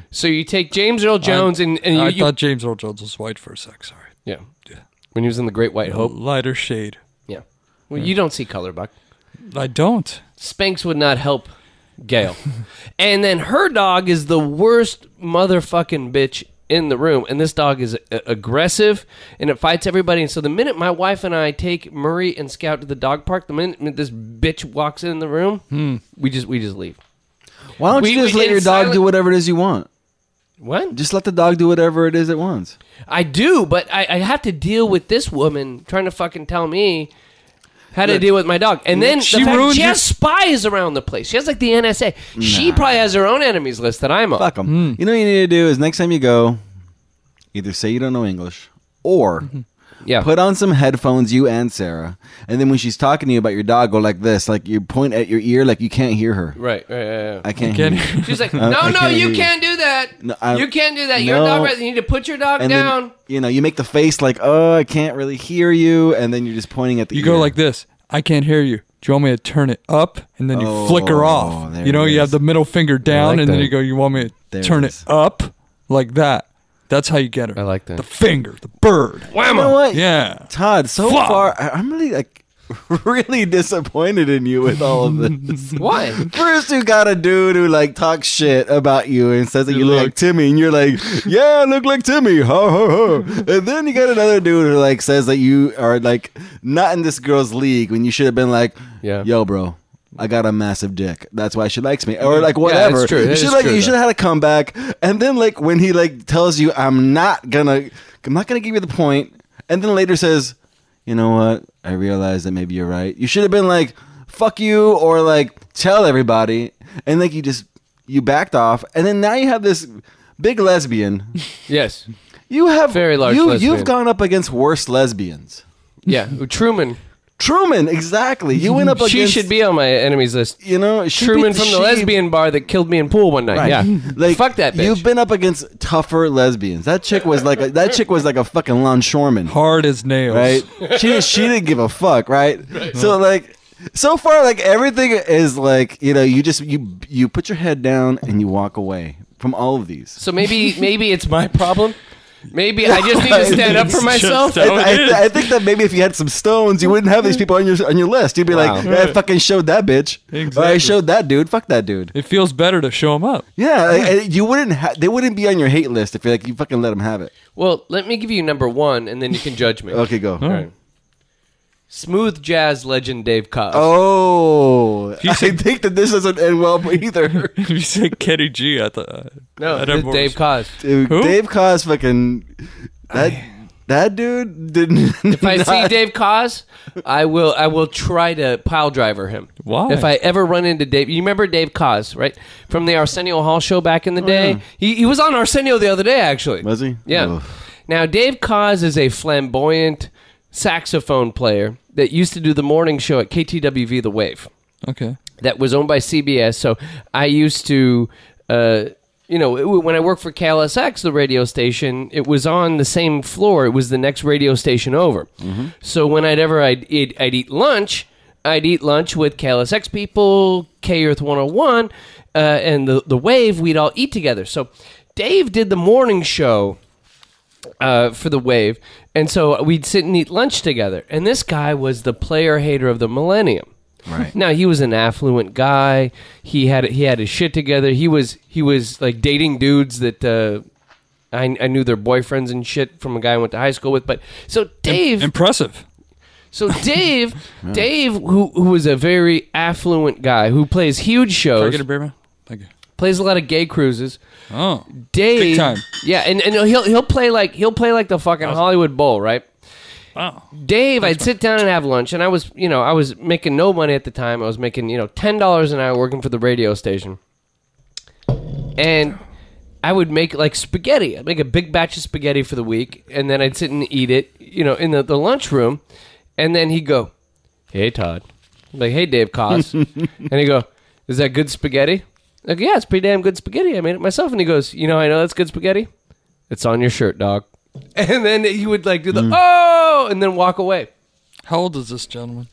[SPEAKER 1] So you take James Earl Jones and, and you,
[SPEAKER 2] Hmm. I
[SPEAKER 1] you-
[SPEAKER 2] thought James Earl Jones was white for a sec. Sorry.
[SPEAKER 1] yeah, when he was in the Great White Hope.
[SPEAKER 2] Lighter shade.
[SPEAKER 1] Yeah. Well, you don't see color, Buck.
[SPEAKER 2] I don't.
[SPEAKER 1] Spanx would not help Gail. and then her dog is the worst motherfucking bitch in the room. And this dog is a- aggressive and it fights everybody. And so the minute my wife and I take Murray and Scout to the dog park, the minute this bitch walks in the room, we just we just leave.
[SPEAKER 3] Why don't
[SPEAKER 1] We-
[SPEAKER 3] you just
[SPEAKER 1] we
[SPEAKER 3] let
[SPEAKER 1] did
[SPEAKER 3] your dog
[SPEAKER 1] silent-
[SPEAKER 3] do whatever it is you want?
[SPEAKER 1] What?
[SPEAKER 3] Just let the dog do whatever it is it wants.
[SPEAKER 1] I do, but I, I have to deal with this woman trying to fucking tell me how to deal with my dog. And then
[SPEAKER 2] She
[SPEAKER 1] she, the fact,
[SPEAKER 2] ruined
[SPEAKER 1] she
[SPEAKER 2] your-
[SPEAKER 1] has spies around the place. She has like the NSA. She probably has her own enemies list that I'm on.
[SPEAKER 3] Fuck them.
[SPEAKER 2] Hmm.
[SPEAKER 3] You know what you need to do is next time you go, either say you don't know English or
[SPEAKER 2] Mm-hmm.
[SPEAKER 1] Yeah.
[SPEAKER 3] put on some headphones, you and Sarah, and then when she's talking to you about your dog, go like this, like you point at your ear, like you can't hear her.
[SPEAKER 1] right, right, right, right.
[SPEAKER 3] I can't.
[SPEAKER 2] Can
[SPEAKER 3] hear you.
[SPEAKER 1] She's like,
[SPEAKER 3] I-
[SPEAKER 1] no,
[SPEAKER 3] I
[SPEAKER 1] no,
[SPEAKER 3] can't hear
[SPEAKER 1] you
[SPEAKER 3] you."
[SPEAKER 1] can't do that.
[SPEAKER 3] No, I-
[SPEAKER 1] you can't do that. Your
[SPEAKER 3] No.
[SPEAKER 1] dog, right- you need to put your dog
[SPEAKER 3] And
[SPEAKER 1] down.
[SPEAKER 3] then you know you make the face like, oh, I can't really hear you, and then you're just pointing at the.
[SPEAKER 2] You
[SPEAKER 3] ear.
[SPEAKER 2] go like this. I can't hear you. Do you want me to turn it up? And then you
[SPEAKER 3] Oh,
[SPEAKER 2] flicker off.
[SPEAKER 3] there
[SPEAKER 2] You know,
[SPEAKER 3] it
[SPEAKER 2] you have
[SPEAKER 3] is.
[SPEAKER 2] the middle finger down,
[SPEAKER 1] like
[SPEAKER 2] and then
[SPEAKER 1] that.
[SPEAKER 2] you go, You want me to
[SPEAKER 3] There it
[SPEAKER 2] turn
[SPEAKER 3] is.
[SPEAKER 2] it up? Like that. That's how you get her.
[SPEAKER 1] I like that.
[SPEAKER 2] The finger, the bird.
[SPEAKER 3] You know what?
[SPEAKER 2] Yeah.
[SPEAKER 3] Todd. So
[SPEAKER 2] Fuck.
[SPEAKER 3] far, I- I'm really like really disappointed in you with all of this.
[SPEAKER 1] Why?
[SPEAKER 3] First, you got a dude who like talks shit about you and says that you, look, like Timmy, and you're like, "Yeah, I look like Timmy." Ha ha ha. And then you got another dude who like says that you are like not in this girl's league when you should have been like,
[SPEAKER 1] Yeah.
[SPEAKER 3] yo, bro." I got a massive dick. That's why she likes me, or like whatever.
[SPEAKER 1] that's true.
[SPEAKER 3] You
[SPEAKER 1] That
[SPEAKER 3] should
[SPEAKER 1] is
[SPEAKER 3] like
[SPEAKER 1] true,
[SPEAKER 3] you
[SPEAKER 1] though.
[SPEAKER 3] should have had a comeback, and then like when he like tells you, "I'm not gonna, I'm not gonna give you the point," and then later says, you know what? I realize that maybe you're right. You should have been like, fuck you, or like, tell everybody. And like, you just, you backed off. And then now you have this big lesbian.
[SPEAKER 1] Yes.
[SPEAKER 3] You have,
[SPEAKER 1] Very large
[SPEAKER 3] you,
[SPEAKER 1] lesbian.
[SPEAKER 3] You've gone up against worse lesbians.
[SPEAKER 1] Yeah. Truman.
[SPEAKER 3] Truman, exactly. You went up against,
[SPEAKER 1] She should be on my enemies list.
[SPEAKER 3] you know, she
[SPEAKER 1] Truman
[SPEAKER 3] beat
[SPEAKER 1] from the
[SPEAKER 3] she-
[SPEAKER 1] lesbian bar that killed me in pool one night.
[SPEAKER 3] Right.
[SPEAKER 1] Yeah.
[SPEAKER 3] Like
[SPEAKER 1] Fuck that bitch.
[SPEAKER 3] You've been up against tougher lesbians. That chick was like a that chick was like a fucking longshoreman.
[SPEAKER 2] Hard as nails.
[SPEAKER 3] right? she didn't, she didn't give a fuck, right? So like, so far like everything is like you know you just you you put your head down and you walk away from all of these.
[SPEAKER 1] So maybe maybe it's my problem. Maybe I just need to stand up for myself.
[SPEAKER 3] I, I, I think that maybe if you had some stones, you wouldn't have these people on your on your list. You'd be like, "Yeah, I fucking showed that bitch. Or I
[SPEAKER 2] Exactly.
[SPEAKER 3] showed that dude. Fuck that dude.
[SPEAKER 2] It feels better to show him up.
[SPEAKER 3] Yeah, like, I- you wouldn't. Ha- they wouldn't be on your hate list if you're like you fucking let them have it.
[SPEAKER 1] Well, let me give you number one, and then you can judge me.
[SPEAKER 3] Okay, go.
[SPEAKER 1] All right. Smooth jazz legend Dave Cobb.
[SPEAKER 3] Oh, I think that this doesn't end well either.
[SPEAKER 2] If you said Kenny G, I thought.
[SPEAKER 1] no,
[SPEAKER 2] I'd
[SPEAKER 1] this
[SPEAKER 2] have
[SPEAKER 1] is
[SPEAKER 2] more
[SPEAKER 1] Dave
[SPEAKER 2] respect.
[SPEAKER 1] Cobb.
[SPEAKER 3] Dude,
[SPEAKER 2] Who?
[SPEAKER 3] Dave Cos fucking that that dude didn't.
[SPEAKER 1] If I see Dave Cause, I will I will try to pile driver him.
[SPEAKER 2] Why?
[SPEAKER 1] If I ever run into Dave, you remember Dave Cause, right? From the Arsenio Hall show back in the day. He he was on Arsenio the other day actually.
[SPEAKER 3] Was he?
[SPEAKER 1] Yeah.
[SPEAKER 3] Ugh.
[SPEAKER 1] Now Dave Cause is a flamboyant saxophone player that used to do the morning show at KTWV The Wave.
[SPEAKER 2] Okay.
[SPEAKER 1] that was owned by CBS. So I used to, uh, you know, it- when I worked for KLSX, the radio station, it was on the same floor. It was the next radio station over. So when I'd ever I'd eat, I'd eat lunch, I'd eat lunch with KLSX people, K Earth 101, uh, and the the Wave. We'd all eat together. So Dave did the morning show uh, for the Wave, and so we'd sit and eat lunch together. And this guy was the player hater of the millennium.
[SPEAKER 3] Right.
[SPEAKER 1] Now he was an affluent guy. He had he had his shit together. He was he was like dating dudes that uh, I I knew their boyfriends and shit from a guy I went to high school with. But so Dave,
[SPEAKER 2] Impressive.
[SPEAKER 1] so Dave, Dave, who who was a very affluent guy who plays huge
[SPEAKER 2] Can I
[SPEAKER 1] shows,
[SPEAKER 2] get a beer, man? Thank you.
[SPEAKER 1] plays a lot of gay cruises.
[SPEAKER 2] Oh,
[SPEAKER 1] Dave,
[SPEAKER 2] Big time.
[SPEAKER 1] yeah, and, and he'll he'll play like he'll play like the fucking Hollywood Bowl, right?
[SPEAKER 2] wow.
[SPEAKER 1] Dave, I'd sit down and have lunch, and I was, you know, I was making no money at the time. I was making, you know, ten dollars an hour working for the radio station, and I would make like spaghetti. I'd make a big batch of spaghetti for the week, and then I'd sit and eat it, you know, in the the lunchroom, and then he'd go, "Hey Todd," I'd be like, "Hey Dave Cos," and he'd go, "Is that good spaghetti?" Like, yeah, it's pretty damn good spaghetti. I made it myself, and he goes, "You know, I know that's good spaghetti. It's on your shirt, dog." And then he would like do the oh, and then walk away.
[SPEAKER 2] How old is this gentleman?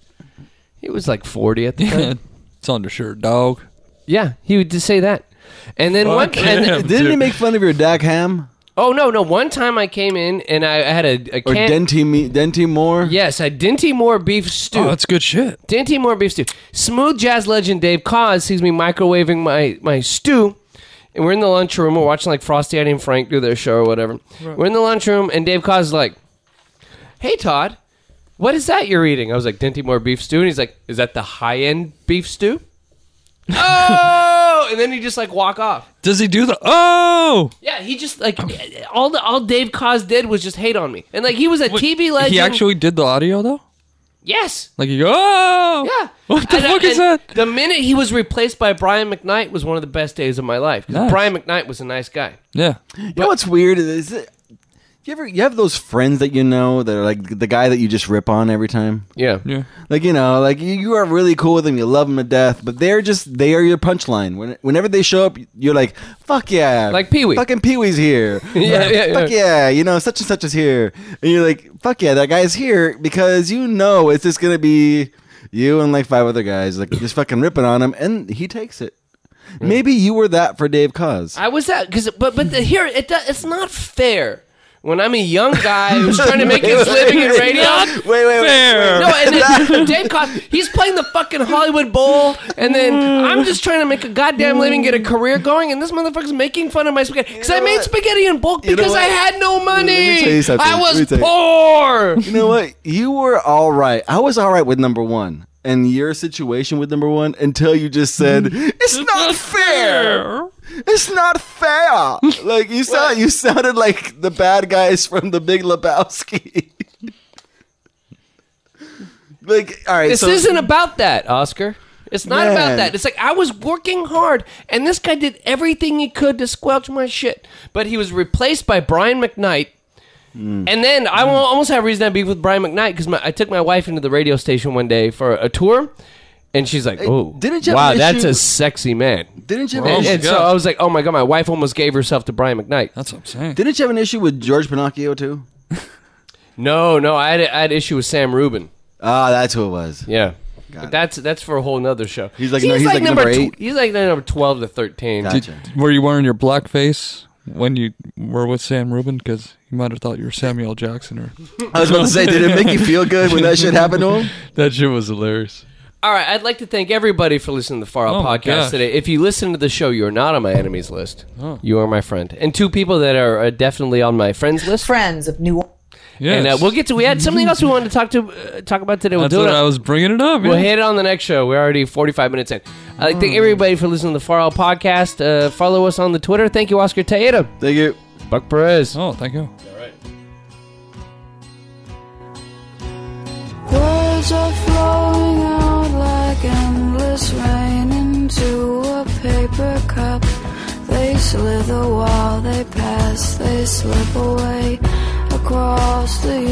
[SPEAKER 1] He was like forty at the time.
[SPEAKER 2] it's undershirt, dog.
[SPEAKER 1] yeah, he would just say that. And then one,
[SPEAKER 2] Fuck
[SPEAKER 1] and
[SPEAKER 2] yeah.
[SPEAKER 3] Didn't he make fun of your Dak Ham
[SPEAKER 1] oh no, no, one time I came in and I, I had a, a
[SPEAKER 3] or
[SPEAKER 1] can.
[SPEAKER 3] Denty Me- Denty Moore?
[SPEAKER 1] yes, I Dinty Moore beef stew.
[SPEAKER 2] Oh, that's good shit.
[SPEAKER 1] Dinty Moore beef stew. Smooth jazz legend Dave Cause sees me microwaving my, my stew, and we're in the lunchroom. We're watching like Frosty Eddie and Frank do their show or whatever. We're in the lunchroom, and Dave Cause is like, "Hey Todd, what is that you're eating?" I was like, "Dinty Moore beef stew," and he's like, "Is that the high end beef stew?" oh, and then he just like walk off.
[SPEAKER 2] Does he do the oh?
[SPEAKER 1] Yeah, he just like all the all Dave Cause did was just hate on me, and like he was a TV legend.
[SPEAKER 2] He actually did the audio though.
[SPEAKER 1] yes.
[SPEAKER 2] Like you go oh.
[SPEAKER 1] Yeah.
[SPEAKER 2] What the
[SPEAKER 1] And, uh,
[SPEAKER 2] fuck is
[SPEAKER 1] and
[SPEAKER 2] that?
[SPEAKER 1] The minute he was replaced by Brian McKnight was one of the best days of my life. 'Cause
[SPEAKER 2] Nice.
[SPEAKER 1] Brian McKnight was a nice guy.
[SPEAKER 2] Yeah.
[SPEAKER 3] You know what's weird is it, you ever you have those friends that you know that are like the guy that you just rip on every time.
[SPEAKER 1] Yeah.
[SPEAKER 2] Yeah.
[SPEAKER 3] Like you know, like you, you are really cool with them, you love them to death, but they're just they are your punchline. When, whenever they show up, you're like, "Fuck yeah!"
[SPEAKER 1] Like Pee Wee.
[SPEAKER 3] fucking Pee Wee's here.
[SPEAKER 1] Yeah, yeah,
[SPEAKER 3] fuck yeah. You know, such and such is here, and you're like, "Fuck yeah, that guy's here," because you know it's just gonna be you and like five other guys, like just fucking ripping on him, and he takes it.
[SPEAKER 1] Hmm.
[SPEAKER 3] Maybe you were that for Dave Cause.
[SPEAKER 1] I was that because, but but the, here it do- it's not fair when I'm a young guy who's trying to make his living in radio.
[SPEAKER 3] Wait, wait, wait.
[SPEAKER 2] Fair.
[SPEAKER 1] No, and then Dave Cost, he's playing the fucking Hollywood Bowl, and then I'm just trying to make a goddamn living, get a career going, and this motherfucker's making fun of my spaghetti because I
[SPEAKER 3] know
[SPEAKER 1] made
[SPEAKER 3] what?
[SPEAKER 1] spaghetti in bulk
[SPEAKER 3] You know
[SPEAKER 1] because I
[SPEAKER 3] what?
[SPEAKER 1] had no
[SPEAKER 3] Let me tell
[SPEAKER 1] money.
[SPEAKER 3] you something.
[SPEAKER 1] I
[SPEAKER 3] Let me
[SPEAKER 1] was
[SPEAKER 3] tell you-
[SPEAKER 1] poor.
[SPEAKER 3] You know what? You were all right. I was all right with number one and your situation with number one until you just said, "It's not fair. It's not fair." like you sound, you sounded like the bad guys from The Big Lebowski. like, all right,
[SPEAKER 1] This
[SPEAKER 3] so
[SPEAKER 1] isn't about that, Oscar. It's not about
[SPEAKER 3] Man.
[SPEAKER 1] that. It's like I was working hard, and this guy did everything he could to squelch my shit. But he was replaced by Brian McKnight.
[SPEAKER 3] Hmm.
[SPEAKER 1] And then I al- almost had a reason to beef with Brian McKnight because I took my wife into the radio station one day for a tour, and she's like, "Oh,
[SPEAKER 3] didn't you have
[SPEAKER 1] wow,
[SPEAKER 3] an
[SPEAKER 1] that's
[SPEAKER 3] issue-
[SPEAKER 1] a sexy man."
[SPEAKER 3] didn't you? Have
[SPEAKER 2] Oh
[SPEAKER 1] And,
[SPEAKER 3] an
[SPEAKER 2] my
[SPEAKER 1] and
[SPEAKER 3] issue,
[SPEAKER 1] so
[SPEAKER 2] God.
[SPEAKER 1] I was like, "Oh my god, my wife almost gave herself to Brian McKnight."
[SPEAKER 2] That's what I'm saying.
[SPEAKER 3] didn't you have an issue with George Pinocchio too?
[SPEAKER 1] No, no, I had I had issue with Sam Rubin.
[SPEAKER 3] Ah, that's who it was.
[SPEAKER 1] Yeah.
[SPEAKER 3] Got
[SPEAKER 1] But
[SPEAKER 3] it.
[SPEAKER 1] that's that's for a whole nother show.
[SPEAKER 3] He's like- no, he's like number eight.
[SPEAKER 1] he's like number twelve to thirteen.
[SPEAKER 3] Got it.
[SPEAKER 2] Did, were you wearing your blackface when you were with Sam Rubin? Because you might have thought you were Samuel Jackson or
[SPEAKER 3] I was about to say, did it make you feel good when that shit happened to him?
[SPEAKER 2] that shit was hilarious.
[SPEAKER 1] All right, I'd like to thank everybody for listening to the Far Out
[SPEAKER 2] Oh my
[SPEAKER 1] podcast
[SPEAKER 2] gosh.
[SPEAKER 1] today. If you listen to the show, you are not on my enemies list.
[SPEAKER 2] Oh.
[SPEAKER 1] You are my friend, and two people that are uh, definitely on my friends list.
[SPEAKER 4] friends of New Orleans.
[SPEAKER 2] Yes.
[SPEAKER 1] And uh, we'll get to we had something else we wanted to talk to uh, talk about today. We'll
[SPEAKER 2] That's
[SPEAKER 1] do it
[SPEAKER 2] what
[SPEAKER 1] on-
[SPEAKER 2] I was bringing it up.
[SPEAKER 1] We'll
[SPEAKER 2] yeah.
[SPEAKER 1] hit it on the next show. We're already 45 minutes in. I'd like to
[SPEAKER 2] Hmm.
[SPEAKER 1] thank everybody for listening to the Far Out podcast. Uh, follow us on the Twitter. Thank you, Oscar Tejeda.
[SPEAKER 3] Thank you.
[SPEAKER 1] Buck Perez.
[SPEAKER 2] Oh, thank you.
[SPEAKER 5] Words are flowing out like endless rain into a paper cup. They slither while they pass, they slip away across the